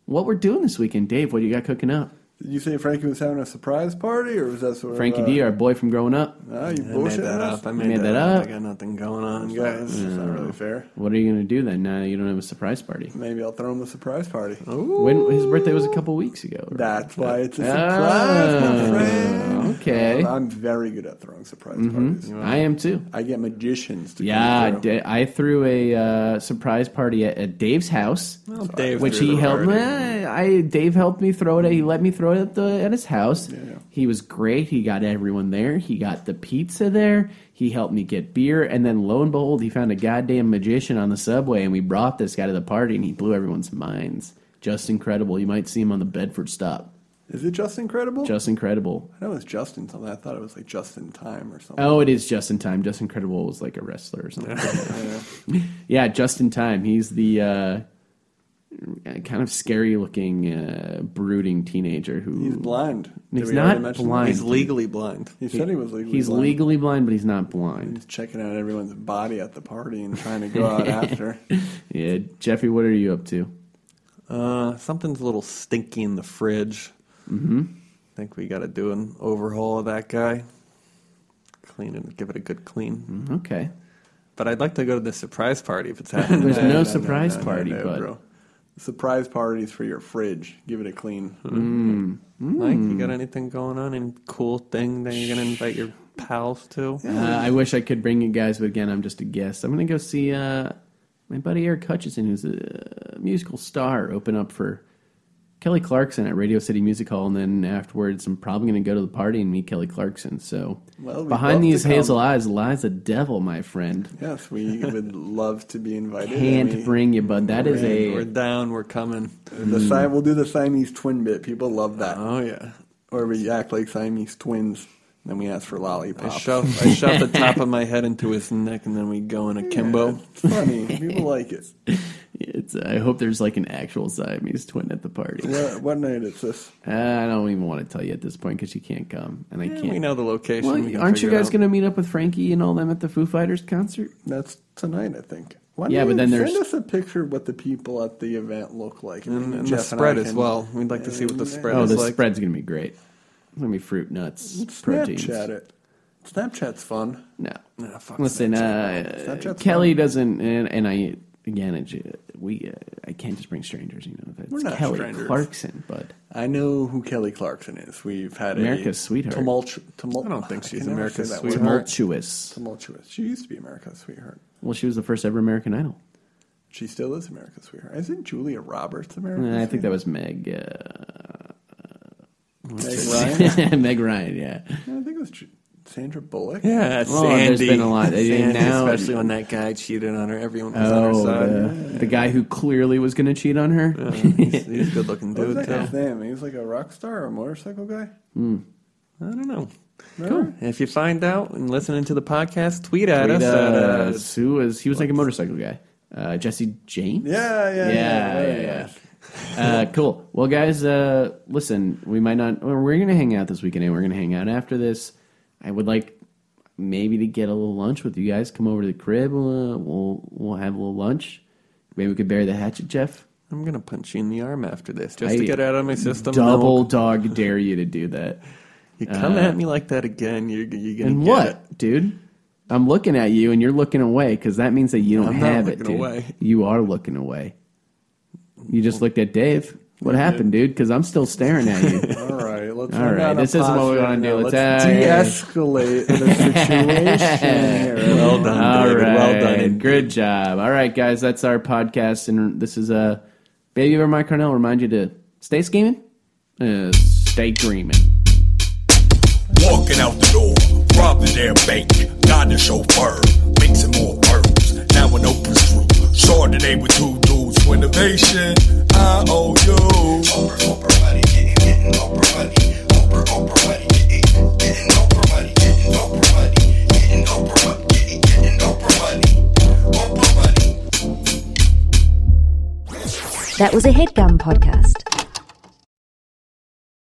Speaker 3: what we're doing this weekend. Dave, what do you got cooking up?
Speaker 7: Did you say Frankie was having a surprise party, or was that sort
Speaker 3: Frankie
Speaker 7: of, uh,
Speaker 3: D, our boy from growing up.
Speaker 7: No, you
Speaker 4: I made
Speaker 7: bullshit
Speaker 4: that
Speaker 7: us.
Speaker 4: up. I made,
Speaker 3: made
Speaker 4: that,
Speaker 3: that
Speaker 4: up.
Speaker 3: up.
Speaker 4: I got nothing going on,
Speaker 7: Yeah,
Speaker 4: guys.
Speaker 7: it's just not really fair.
Speaker 3: What are you going to do then? Now you don't have a surprise party.
Speaker 7: Maybe I'll throw him a surprise party.
Speaker 3: When his birthday was a couple weeks ago. right?
Speaker 7: That's why it's a surprise, my
Speaker 3: Oh,
Speaker 7: friend.
Speaker 3: Ah. okay.
Speaker 7: I'm very good at throwing surprise parties.
Speaker 3: I am too.
Speaker 7: I get magicians to
Speaker 3: Yeah, I
Speaker 7: come through.
Speaker 3: did- I threw a uh, surprise party at, at Dave's house,
Speaker 4: Well, Dave
Speaker 3: which
Speaker 4: threw
Speaker 3: he
Speaker 4: the
Speaker 3: helped.
Speaker 4: party.
Speaker 3: Eh, I Dave helped me throw it. He let me throw it at, the, at his house.
Speaker 7: yeah.
Speaker 3: He was great. He got everyone there. He got the pizza there. He helped me get beer, and then lo and behold, he found a goddamn magician on the subway, and we brought this guy to the party, and he blew everyone's minds. Just incredible. You might see him on the Bedford stop.
Speaker 7: Is it just incredible?
Speaker 3: Just incredible.
Speaker 7: I know it's Justin something. I thought it was like just in time or something.
Speaker 3: Oh, it is just in time. Just incredible was like a wrestler or something.
Speaker 7: Yeah.
Speaker 3: Yeah, just in time. He's the uh, kind of scary looking, uh, brooding teenager who
Speaker 7: He's blind. Did
Speaker 3: He's
Speaker 7: we already
Speaker 3: not
Speaker 7: mention
Speaker 3: blind.
Speaker 7: that?
Speaker 4: He's legally blind.
Speaker 7: He said he was legally
Speaker 3: He's
Speaker 7: blind.
Speaker 3: legally blind, but he's not blind.
Speaker 7: He's checking out everyone's body at the party and trying to go out after.
Speaker 3: Yeah, Jeffrey, what are you up to?
Speaker 4: Uh, something's a little stinky in the fridge. Mm-hmm. I think we got to do an overhaul of that guy. Clean it, give it a good clean.
Speaker 3: Okay,
Speaker 4: But I'd like to go to the surprise party if it's happening.
Speaker 3: there's no, surprise party,
Speaker 7: No,
Speaker 3: but
Speaker 7: bro. Surprise parties for your fridge. Give it a clean.
Speaker 3: Mm-hmm.
Speaker 4: Mike,
Speaker 3: Hmm.
Speaker 4: you got anything going on? Any cool thing that you're gonna invite your pals to?
Speaker 3: uh, I wish I could bring you guys. But again, I'm just a guest. I'm gonna go see uh, my buddy Eric Hutchison, who's a musical star, open up for. Kelly Clarkson at Radio City Music Hall, and then afterwards, I'm probably going to go to the party and meet Kelly Clarkson. So,
Speaker 7: Well, we'd love
Speaker 3: behind these
Speaker 7: to come.
Speaker 3: hazel eyes lies the devil, my friend.
Speaker 7: Yes, we would love to be invited. and
Speaker 3: Can't
Speaker 7: we-
Speaker 3: bring you, bud. That is
Speaker 4: We're
Speaker 3: a
Speaker 4: down. We're coming.
Speaker 7: The
Speaker 3: Mm.
Speaker 7: si- we'll do the Siamese twin bit. People love that.
Speaker 4: Oh yeah.
Speaker 7: Or we act like Siamese twins, then we ask for lollipops.
Speaker 4: I shove, I shove the top of my head into his neck, and then we go in a kimbo.
Speaker 7: It's funny. People like it.
Speaker 3: It's. I hope there's like an actual Siamese twin at the party. Uh,
Speaker 7: What, what night is this?
Speaker 3: I don't even want to tell you at this point because you can't come, and I can't.
Speaker 4: We know the location.
Speaker 3: Well,
Speaker 4: we can
Speaker 3: aren't you
Speaker 4: figure it
Speaker 3: guys
Speaker 4: out.
Speaker 3: going to meet up with Frankie and all them at the Foo Fighters concert?
Speaker 7: That's tonight, I think. Why
Speaker 3: Yeah,
Speaker 7: don't
Speaker 3: but
Speaker 7: you
Speaker 3: then there's-
Speaker 7: send us a picture of what the people at the event look like,
Speaker 4: and, and the
Speaker 7: Jeff
Speaker 4: spread
Speaker 7: I
Speaker 4: as
Speaker 7: can-
Speaker 4: well? We'd like to see what the spread
Speaker 3: Oh,
Speaker 4: is
Speaker 3: the
Speaker 4: like.
Speaker 3: spread's going to be great. It's going to be fruit, nuts, proteins.
Speaker 7: Snapchat it. Snapchat's fun.
Speaker 3: No.
Speaker 7: Nah, fuck
Speaker 3: Listen, uh,
Speaker 7: Snapchat's
Speaker 3: Kelly
Speaker 7: fun.
Speaker 3: doesn't, and, and I again, I, ju- we, uh, I can't just bring strangers. You know, that's
Speaker 7: We're not
Speaker 3: Kelly
Speaker 7: strangers.
Speaker 3: Clarkson, but
Speaker 7: I know who Kelly Clarkson is. We've had
Speaker 3: America's
Speaker 7: a
Speaker 3: sweetheart.
Speaker 7: Tumult, tumult,
Speaker 4: I don't think she's
Speaker 7: can never
Speaker 4: America's
Speaker 7: say that word.
Speaker 4: sweetheart.
Speaker 3: tumultuous.
Speaker 7: Tumultuous. She used to be America's sweetheart.
Speaker 3: Well, she was the first ever American Idol.
Speaker 7: She still is America's sweetheart. Isn't Julia Roberts America's?
Speaker 3: Uh, I think that was Meg. Uh,
Speaker 7: sweetheart? Meg Ryan.
Speaker 3: Meg Ryan, yeah.
Speaker 7: I think it was Ju- Sandra Bullock.
Speaker 4: Yeah,
Speaker 3: Well,
Speaker 4: Sandy.
Speaker 3: there's been a lot. They
Speaker 4: Sandy,
Speaker 3: didn't know.
Speaker 4: especially when that guy cheated on her. Everyone was
Speaker 3: Oh,
Speaker 4: on her side.
Speaker 3: the, the guy who clearly was going to cheat on her.
Speaker 4: He's, he's a good-looking
Speaker 7: What was
Speaker 4: dude,
Speaker 7: that
Speaker 4: too.
Speaker 7: guy's name? He was like a rock star or a motorcycle guy.
Speaker 4: I I don't know. Cool. If you find out and listening to the podcast, tweet at
Speaker 3: Wait,
Speaker 4: us. at,
Speaker 3: uh,
Speaker 4: uh,
Speaker 3: who was he was like a motorcycle guy. Uh, Jesse James.
Speaker 7: Yeah, yeah,
Speaker 3: yeah,
Speaker 7: yeah,
Speaker 3: yeah. yeah. uh, cool. Well, guys, uh, listen, we might not. well, We're gonna hang out this weekend, and we're gonna hang out after this. I would like maybe to get a little lunch with you guys. Come over to the crib. Uh, we'll we'll have a little lunch. Maybe we could bury the hatchet, Jeff.
Speaker 4: I'm gonna punch you in the arm after this, just
Speaker 3: I
Speaker 4: to get it out of my system. and
Speaker 3: Double
Speaker 4: I'll-
Speaker 3: dog dare you to do that.
Speaker 4: You come at me like that again, you're you're gonna
Speaker 3: And
Speaker 4: get
Speaker 3: what,
Speaker 4: it.
Speaker 3: dude? I'm looking at you, and you're looking away because that means that you don't
Speaker 4: I'm not
Speaker 3: have it,
Speaker 4: looking
Speaker 3: dude.
Speaker 4: away.
Speaker 3: You are looking away. You just looked at Dave. What happened, dude? Because I'm still staring at you.
Speaker 7: All right, let's.
Speaker 3: All right, this isn't what we want to do. Let's, uh,
Speaker 7: de-escalate the situation here.
Speaker 4: Well done,
Speaker 3: All
Speaker 4: David.
Speaker 3: right,
Speaker 4: Well done. indeed.
Speaker 3: good job. All right, guys, that's our podcast, and this is a uh, baby over Mike Carnell. Remind you to stay scheming, uh, stay dreaming.
Speaker 2: Walking out the door, robbing their bank, got a chauffeur, mixing more pearls. Now an open screw, Chardonnay with two dudes for innovation. I owe you. Oprah, Oprah money, getting, getting Oprah money. Oprah, Oprah money, getting, getting Oprah money, getting Oprah money, getting Oprah money, getting, getting Oprah money. Oprah money.
Speaker 1: That was a headgum podcast.